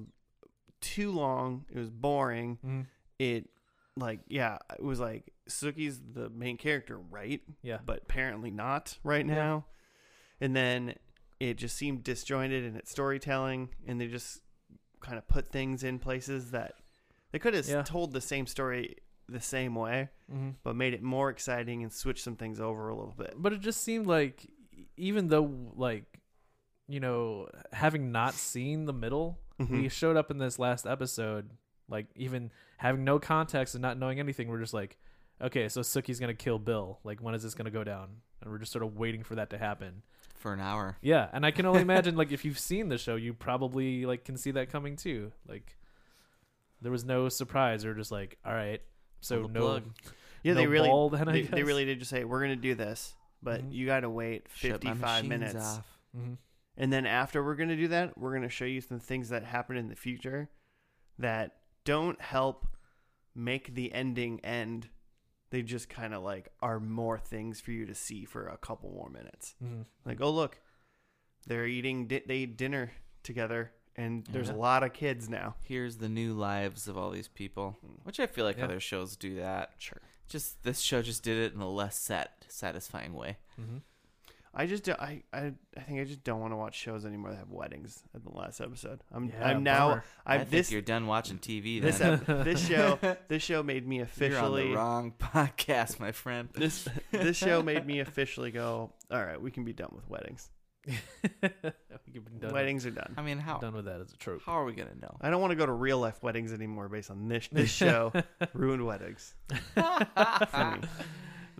Speaker 1: too long. It was boring.
Speaker 2: Mm,
Speaker 1: it like yeah it was like suki's the main character right
Speaker 2: yeah
Speaker 1: but apparently not right
Speaker 2: Yeah.
Speaker 1: now and then it just seemed disjointed in its storytelling and they just kind of put things in places that they could have
Speaker 2: Yeah.
Speaker 1: told the same story the same way
Speaker 2: Mhm.
Speaker 1: but made it more exciting and switched some things over a little bit
Speaker 2: but it just seemed like e, even though like you know having not seen the middle
Speaker 1: Mhm.
Speaker 2: we showed up in this last episode like even having no context and not knowing anything we're just like okay, so Suki's gonna kill Bill. Like, when is this gonna go down? And we're just sort of waiting for that to happen.
Speaker 3: for an hour.
Speaker 2: Yeah, and I can only imagine like if you've seen the show, you probably like can see that coming too. Like, there was no surprise. They were just like, all right, so
Speaker 3: Pull the
Speaker 2: no,
Speaker 3: plug.
Speaker 1: Yeah, they
Speaker 2: no
Speaker 1: really
Speaker 2: ball then, I
Speaker 1: they,
Speaker 2: guess.
Speaker 1: they really did just say we're gonna do this, but
Speaker 2: Mhm.
Speaker 1: you gotta wait
Speaker 3: Shut my
Speaker 1: fifty five
Speaker 3: machines
Speaker 1: minutes,
Speaker 3: off.
Speaker 2: Mhm.
Speaker 1: and then after we're gonna do that, we're gonna show you some things that happen in the future that don't help make the ending end. They just kind of like are more things for you to see for a couple more minutes.
Speaker 2: Mhm.
Speaker 1: Like, oh look, they're eating di- they eat dinner together, and there's
Speaker 2: Yeah.
Speaker 1: a lot of kids now.
Speaker 3: Here's the new lives of all these people, which I feel like
Speaker 2: Yeah.
Speaker 3: other shows do that.
Speaker 1: Sure.
Speaker 3: Just this show just did it in a less sat- satisfying way.
Speaker 2: Mhm.
Speaker 1: I just do- I I I think I just don't want to watch shows anymore that have weddings. At the last episode, I'm
Speaker 2: Yeah,
Speaker 1: I'm now
Speaker 2: bummer.
Speaker 3: I,
Speaker 1: I'm
Speaker 3: think
Speaker 1: this
Speaker 3: you're done watching TV.
Speaker 1: this
Speaker 3: Then.
Speaker 1: ep- this show this show made me
Speaker 3: You're on
Speaker 1: officially
Speaker 3: the wrong podcast, my friend.
Speaker 1: this this show made me officially go. All right, we can be done with weddings.
Speaker 2: we could be done,
Speaker 1: weddings are done.
Speaker 3: I mean, how
Speaker 2: done with that as a trope.
Speaker 3: how are we gonna know?
Speaker 1: I don't want to go to real life weddings anymore based on this this show ruined weddings. for me.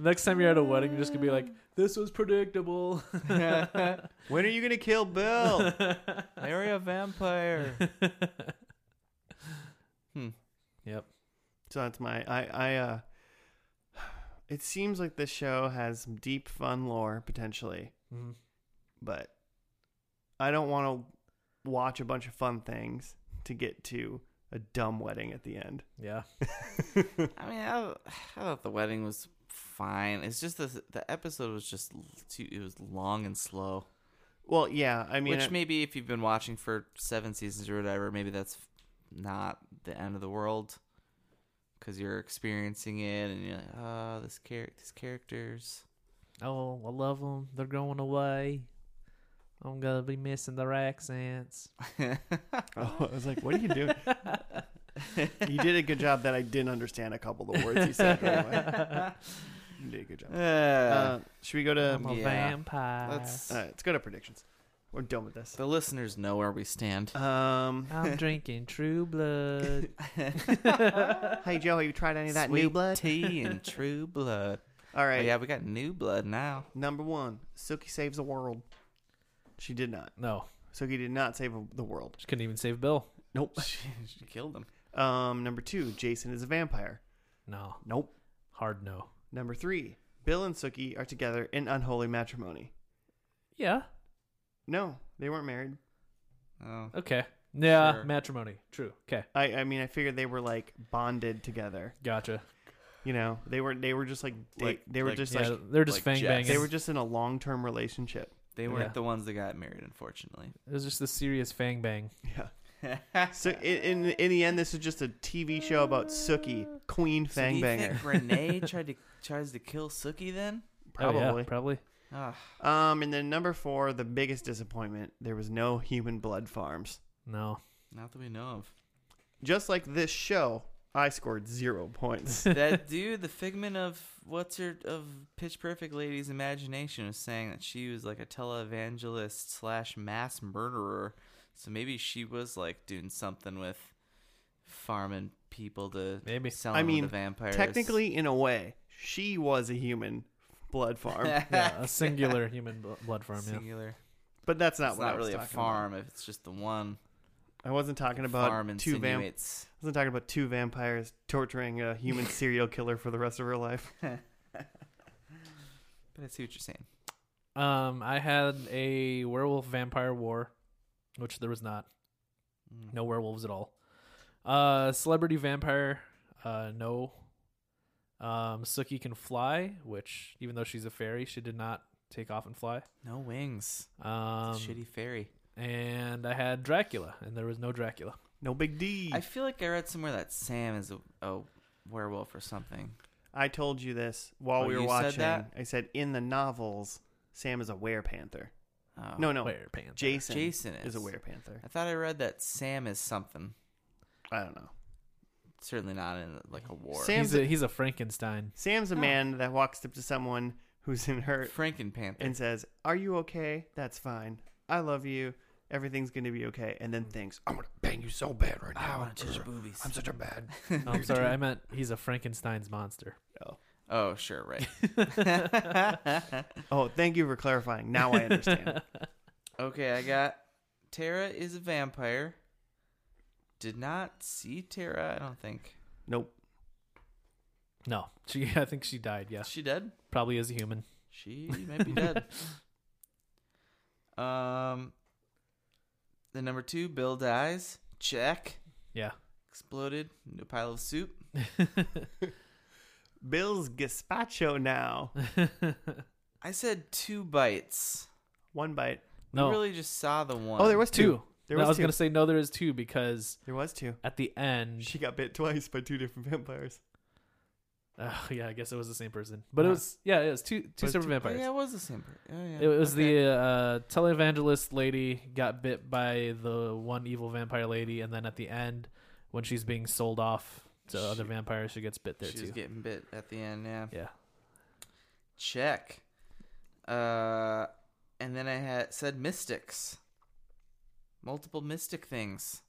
Speaker 2: Next time you're at a wedding, you're just gonna be like, "This was predictable."
Speaker 1: When are you gonna kill Bill?
Speaker 3: Marry a vampire. Hmm.
Speaker 2: Yep.
Speaker 1: So that's my I I uh it seems like this show has some deep fun lore potentially,
Speaker 2: Mhm.
Speaker 1: but I don't want to watch a bunch of fun things to get to a dumb wedding at the end.
Speaker 2: Yeah.
Speaker 3: I mean, I, I thought the wedding was fine. It's just the the episode was just l- too. It was long and slow.
Speaker 1: Well, yeah, I mean
Speaker 3: Which
Speaker 1: I-
Speaker 3: maybe if you've been watching for seven seasons or whatever, maybe that's f- not the end of the world because you're experiencing it and you're like, oh, this char- these characters.
Speaker 2: Oh, I love them. They're going away. I'm gonna be missing their accents.
Speaker 1: Oh, I was like, what are you doing? you did a good job that I didn't understand a couple of the words you said. Right away. You did a good job. Uh, should we go to?
Speaker 2: I'm a
Speaker 3: Yeah.
Speaker 2: vampire.
Speaker 3: Let's-
Speaker 1: Uh, All right, let's go to predictions. We're done with this.
Speaker 3: the listeners know where we stand.
Speaker 1: Um,
Speaker 2: I'm drinking True Blood.
Speaker 1: hey Joe, have you tried any of that new
Speaker 3: Sweet
Speaker 1: blood?
Speaker 3: tea and True Blood.
Speaker 1: All
Speaker 3: Oh,
Speaker 1: right,
Speaker 3: yeah, we got New Blood now.
Speaker 1: Number one, Suki saves the world. She did not.
Speaker 2: no,
Speaker 1: Suki did not save the world.
Speaker 2: just couldn't even save Bill.
Speaker 1: Nope.
Speaker 3: she, she killed them.
Speaker 1: Um, number two, Jason is a vampire.
Speaker 2: No,
Speaker 1: Nope.
Speaker 2: hard no.
Speaker 1: Number three, Bill and Suki are together in unholy matrimony.
Speaker 2: Yeah.
Speaker 1: No, they weren't married.
Speaker 3: Oh.
Speaker 2: Okay. Yeah.
Speaker 3: Sure.
Speaker 2: Matrimony. True. Okay.
Speaker 1: I, I mean, I figured they were like bonded together.
Speaker 2: Gotcha.
Speaker 1: You know, they were they were just like, da-
Speaker 3: Like-
Speaker 1: they were
Speaker 3: like-
Speaker 1: just
Speaker 2: yeah,
Speaker 1: like
Speaker 2: they're just
Speaker 3: like
Speaker 2: fang
Speaker 3: Jets.
Speaker 2: banging.
Speaker 1: they were just in a long term relationship.
Speaker 3: They weren't
Speaker 2: Yeah.
Speaker 3: the ones that got married, unfortunately.
Speaker 2: It was just the serious fang bang.
Speaker 1: Yeah. So in, in in the end, this is just a TV show about Suki, Queen
Speaker 3: so do
Speaker 1: Fang
Speaker 3: you
Speaker 1: Banger,
Speaker 3: Think Renee tried to tries to kill Suki then?
Speaker 1: probably.
Speaker 2: Oh, yeah, probably.
Speaker 3: Ah,
Speaker 1: Um, and then number four, the biggest disappointment: there was no human blood farms.
Speaker 2: No.
Speaker 3: not that we know of.
Speaker 1: Just like this show, I scored zero points.
Speaker 3: That dude, the figment of what's her of Pitch Perfect lady's imagination, was saying that she was like a televangelist slash mass murderer. So maybe she was like doing something with farming people to
Speaker 2: Maybe.
Speaker 3: sell
Speaker 1: I
Speaker 3: them
Speaker 1: mean,
Speaker 3: to vampires.
Speaker 1: Technically, in a way, she was a human blood farm,
Speaker 2: Yeah, a singular human bl- blood farm. Yeah.
Speaker 3: singular.
Speaker 1: but that's not
Speaker 3: It's
Speaker 1: what I
Speaker 3: not
Speaker 1: was
Speaker 3: really a
Speaker 1: talking
Speaker 3: farm if it's just the one.
Speaker 1: About. I wasn't talking about
Speaker 3: farm
Speaker 1: two vamp. I
Speaker 3: insinuates.
Speaker 1: wasn't talking about two vampires torturing a human serial killer for the rest of her life.
Speaker 3: But I see what you're saying.
Speaker 2: Um, I had a werewolf vampire war, which there was not.
Speaker 3: Mm.
Speaker 2: No werewolves at all. Uh, celebrity vampire. Uh, no. Um, Suki can fly, which even though she's a fairy, she did not take off and fly.
Speaker 3: No wings.
Speaker 2: Um,
Speaker 3: It's a shitty fairy.
Speaker 2: and I had Dracula, and there was no Dracula.
Speaker 1: No big D.
Speaker 3: I feel like I read somewhere that Sam is a, a werewolf or something.
Speaker 1: I told you this while
Speaker 3: Oh,
Speaker 1: we were
Speaker 3: you said
Speaker 1: watching.
Speaker 3: that?
Speaker 1: I said in the novels, Sam is a werepanther.
Speaker 3: Oh.
Speaker 1: No, no,
Speaker 2: Where, Panther?
Speaker 1: Jason,
Speaker 3: Jason
Speaker 1: is.
Speaker 3: is.
Speaker 1: a werepanther.
Speaker 3: I thought I read that Sam is something.
Speaker 1: I don't
Speaker 3: Oh.
Speaker 1: know.
Speaker 3: Certainly not in like a war.
Speaker 1: Sam-
Speaker 2: He's a, he's a Frankenstein.
Speaker 1: Sam's a
Speaker 3: Oh.
Speaker 1: man that walks up to someone who's in hurt
Speaker 3: Frankenpanther.
Speaker 1: and says, "Are you okay? That's fine. I love you. Everything's gonna be okay." And then thinks, "I'm gonna bang you so bad right
Speaker 3: Oh, I
Speaker 1: now.
Speaker 3: want to touch boobies.
Speaker 2: Oh,
Speaker 1: I'm such a bad."
Speaker 2: No, I'm sorry, I meant he's a Frankenstein's monster.
Speaker 1: Oh.
Speaker 3: Oh, sure, right.
Speaker 1: Oh, thank you for clarifying. Now I understand.
Speaker 3: okay, I got Tara is a vampire. Did not see Tara, I don't think.
Speaker 1: nope.
Speaker 2: no, she. I think she died. Yeah,
Speaker 3: She dead?
Speaker 2: probably as a human.
Speaker 3: She may be dead. um the number two, Bill dies. Check.
Speaker 2: Yeah.
Speaker 3: Exploded into a pile of soup.
Speaker 1: Bill's gazpacho now.
Speaker 3: I said two bites.
Speaker 1: One bite.
Speaker 2: no,
Speaker 3: We really just saw the one.
Speaker 1: Oh, there was two.
Speaker 2: two.
Speaker 1: There
Speaker 2: No, I
Speaker 1: was
Speaker 2: was
Speaker 1: two.
Speaker 2: gonna say no. There is two because
Speaker 1: There was two.
Speaker 2: at the end,
Speaker 1: She got bit twice by two different vampires.
Speaker 2: Oh, yeah, I guess it was the same person, but it
Speaker 1: Uh-huh.
Speaker 2: was yeah, it was two two
Speaker 1: Was
Speaker 2: separate
Speaker 1: two-
Speaker 3: Oh,
Speaker 2: vampires.
Speaker 3: yeah, it was the same part. Oh, yeah.
Speaker 2: It was
Speaker 3: Okay.
Speaker 2: the uh, televangelist lady got bit by the one evil vampire lady, and then at the end, when she's being sold off to
Speaker 3: She-
Speaker 2: other vampires, she gets bit there
Speaker 3: She was
Speaker 2: too.
Speaker 3: getting bit at the end, yeah.
Speaker 2: yeah,
Speaker 3: Check. Uh, and then I had said mystics. Multiple mystic things.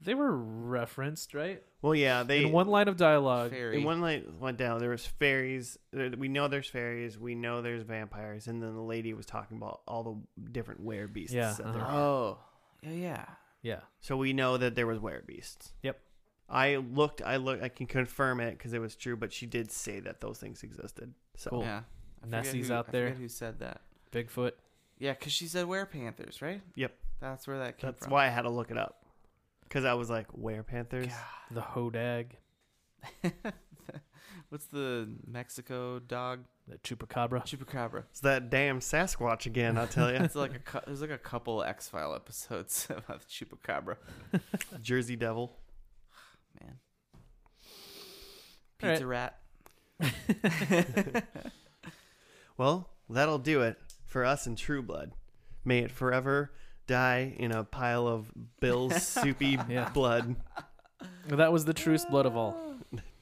Speaker 2: they were referenced right
Speaker 1: Well, yeah, they
Speaker 2: in one line of dialogue.
Speaker 3: Fairy.
Speaker 1: Uh, in one light went down. There was fairies. There, we know there's fairies. We know there's vampires. And then the lady was talking about all the different were beasts.
Speaker 2: Yeah,
Speaker 1: that there are.
Speaker 2: uh-huh.
Speaker 3: oh, yeah, yeah.
Speaker 2: Yeah,
Speaker 1: So we know that there was were beasts.
Speaker 2: Yep.
Speaker 1: I looked. I look. I can confirm it because it was true. But she did say that those things existed. So
Speaker 2: Cool.
Speaker 3: Yeah. I forget
Speaker 2: Nessie's
Speaker 3: who-
Speaker 2: out
Speaker 3: I
Speaker 2: there.
Speaker 3: forget Who said that?
Speaker 2: Bigfoot.
Speaker 3: Yeah, because she said wear panthers, right?
Speaker 1: Yep.
Speaker 3: That's where that came
Speaker 1: that's
Speaker 3: from.
Speaker 1: why I had to look it up because I was like, were panthers?
Speaker 2: The Hodag,
Speaker 3: What's the Mexico dog?
Speaker 2: the Chupacabra.
Speaker 3: Chupacabra.
Speaker 1: It's that damn Sasquatch again. I tell you,
Speaker 3: It's like a cou- there's like a couple X File episodes about the Chupacabra.
Speaker 1: Jersey Devil.
Speaker 3: Man.
Speaker 2: All right.
Speaker 3: Pizza rat.
Speaker 1: Well, that'll do it for us in True Blood. May it forever die in a pile of Bill's soupy
Speaker 2: Yeah.
Speaker 1: blood.
Speaker 2: That was the truest blood of all.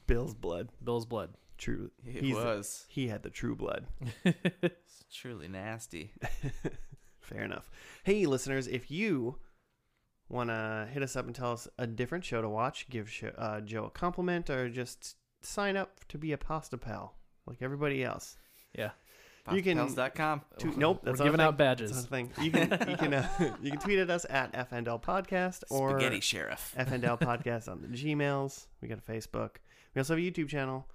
Speaker 1: Bill's blood.
Speaker 2: Bill's blood.
Speaker 1: True.
Speaker 3: It
Speaker 1: He's-
Speaker 3: was.
Speaker 1: He had the true blood.
Speaker 3: It's truly nasty.
Speaker 1: Fair enough. Hey, listeners, if you want to hit us up and tell us a different show to watch, give sho uh, Joe a compliment, or just sign up to be a pasta pal like everybody else.
Speaker 2: Yeah,
Speaker 1: You can-
Speaker 3: Popshells.com.
Speaker 1: To, nope,
Speaker 2: we're
Speaker 1: that's
Speaker 2: giving
Speaker 1: not a
Speaker 2: out
Speaker 1: thing.
Speaker 2: badges.
Speaker 1: That's not a thing. You can you can uh, you can tweet at us at FNL Podcast or
Speaker 3: Spaghetti Sheriff.
Speaker 1: FNL Podcast on the Gmails. We got a Facebook. We also have a YouTube channel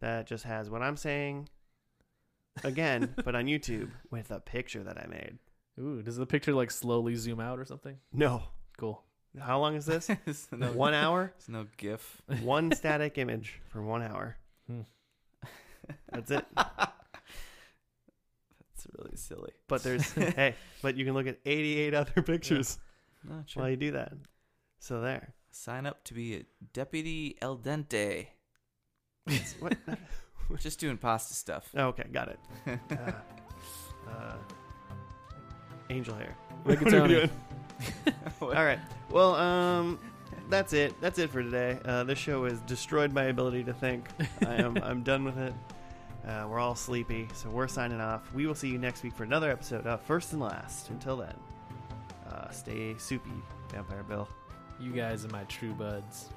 Speaker 1: that just has what I'm saying again, but on YouTube with a picture that I made.
Speaker 2: Ooh, does the picture like slowly zoom out or something?
Speaker 1: No.
Speaker 2: Cool.
Speaker 1: How long is this?
Speaker 3: There's no,
Speaker 1: one hour,
Speaker 3: there's no GIF.
Speaker 1: one static image for one hour.
Speaker 2: Hmm.
Speaker 1: That's it.
Speaker 3: That's really silly.
Speaker 1: But there's hey, but you can look at 88 other pictures
Speaker 3: No, true.
Speaker 1: while you do that. So there.
Speaker 3: Sign up to be a deputy el dente.
Speaker 1: What? Oh,
Speaker 3: Just doing pasta stuff.
Speaker 1: okay, got it. Uh, uh, angel hair.
Speaker 2: Rigatoni.
Speaker 1: What are we doing? All right. Well, um, that's it. That's it for today. Uh, this show has destroyed my ability to think. I am. I'm done with it. Uh, we're all sleepy, so we're signing off. We will see you next week for another episode of First and Last. Until then, uh, stay soupy, Vampire Bill.
Speaker 2: You guys are my true buds.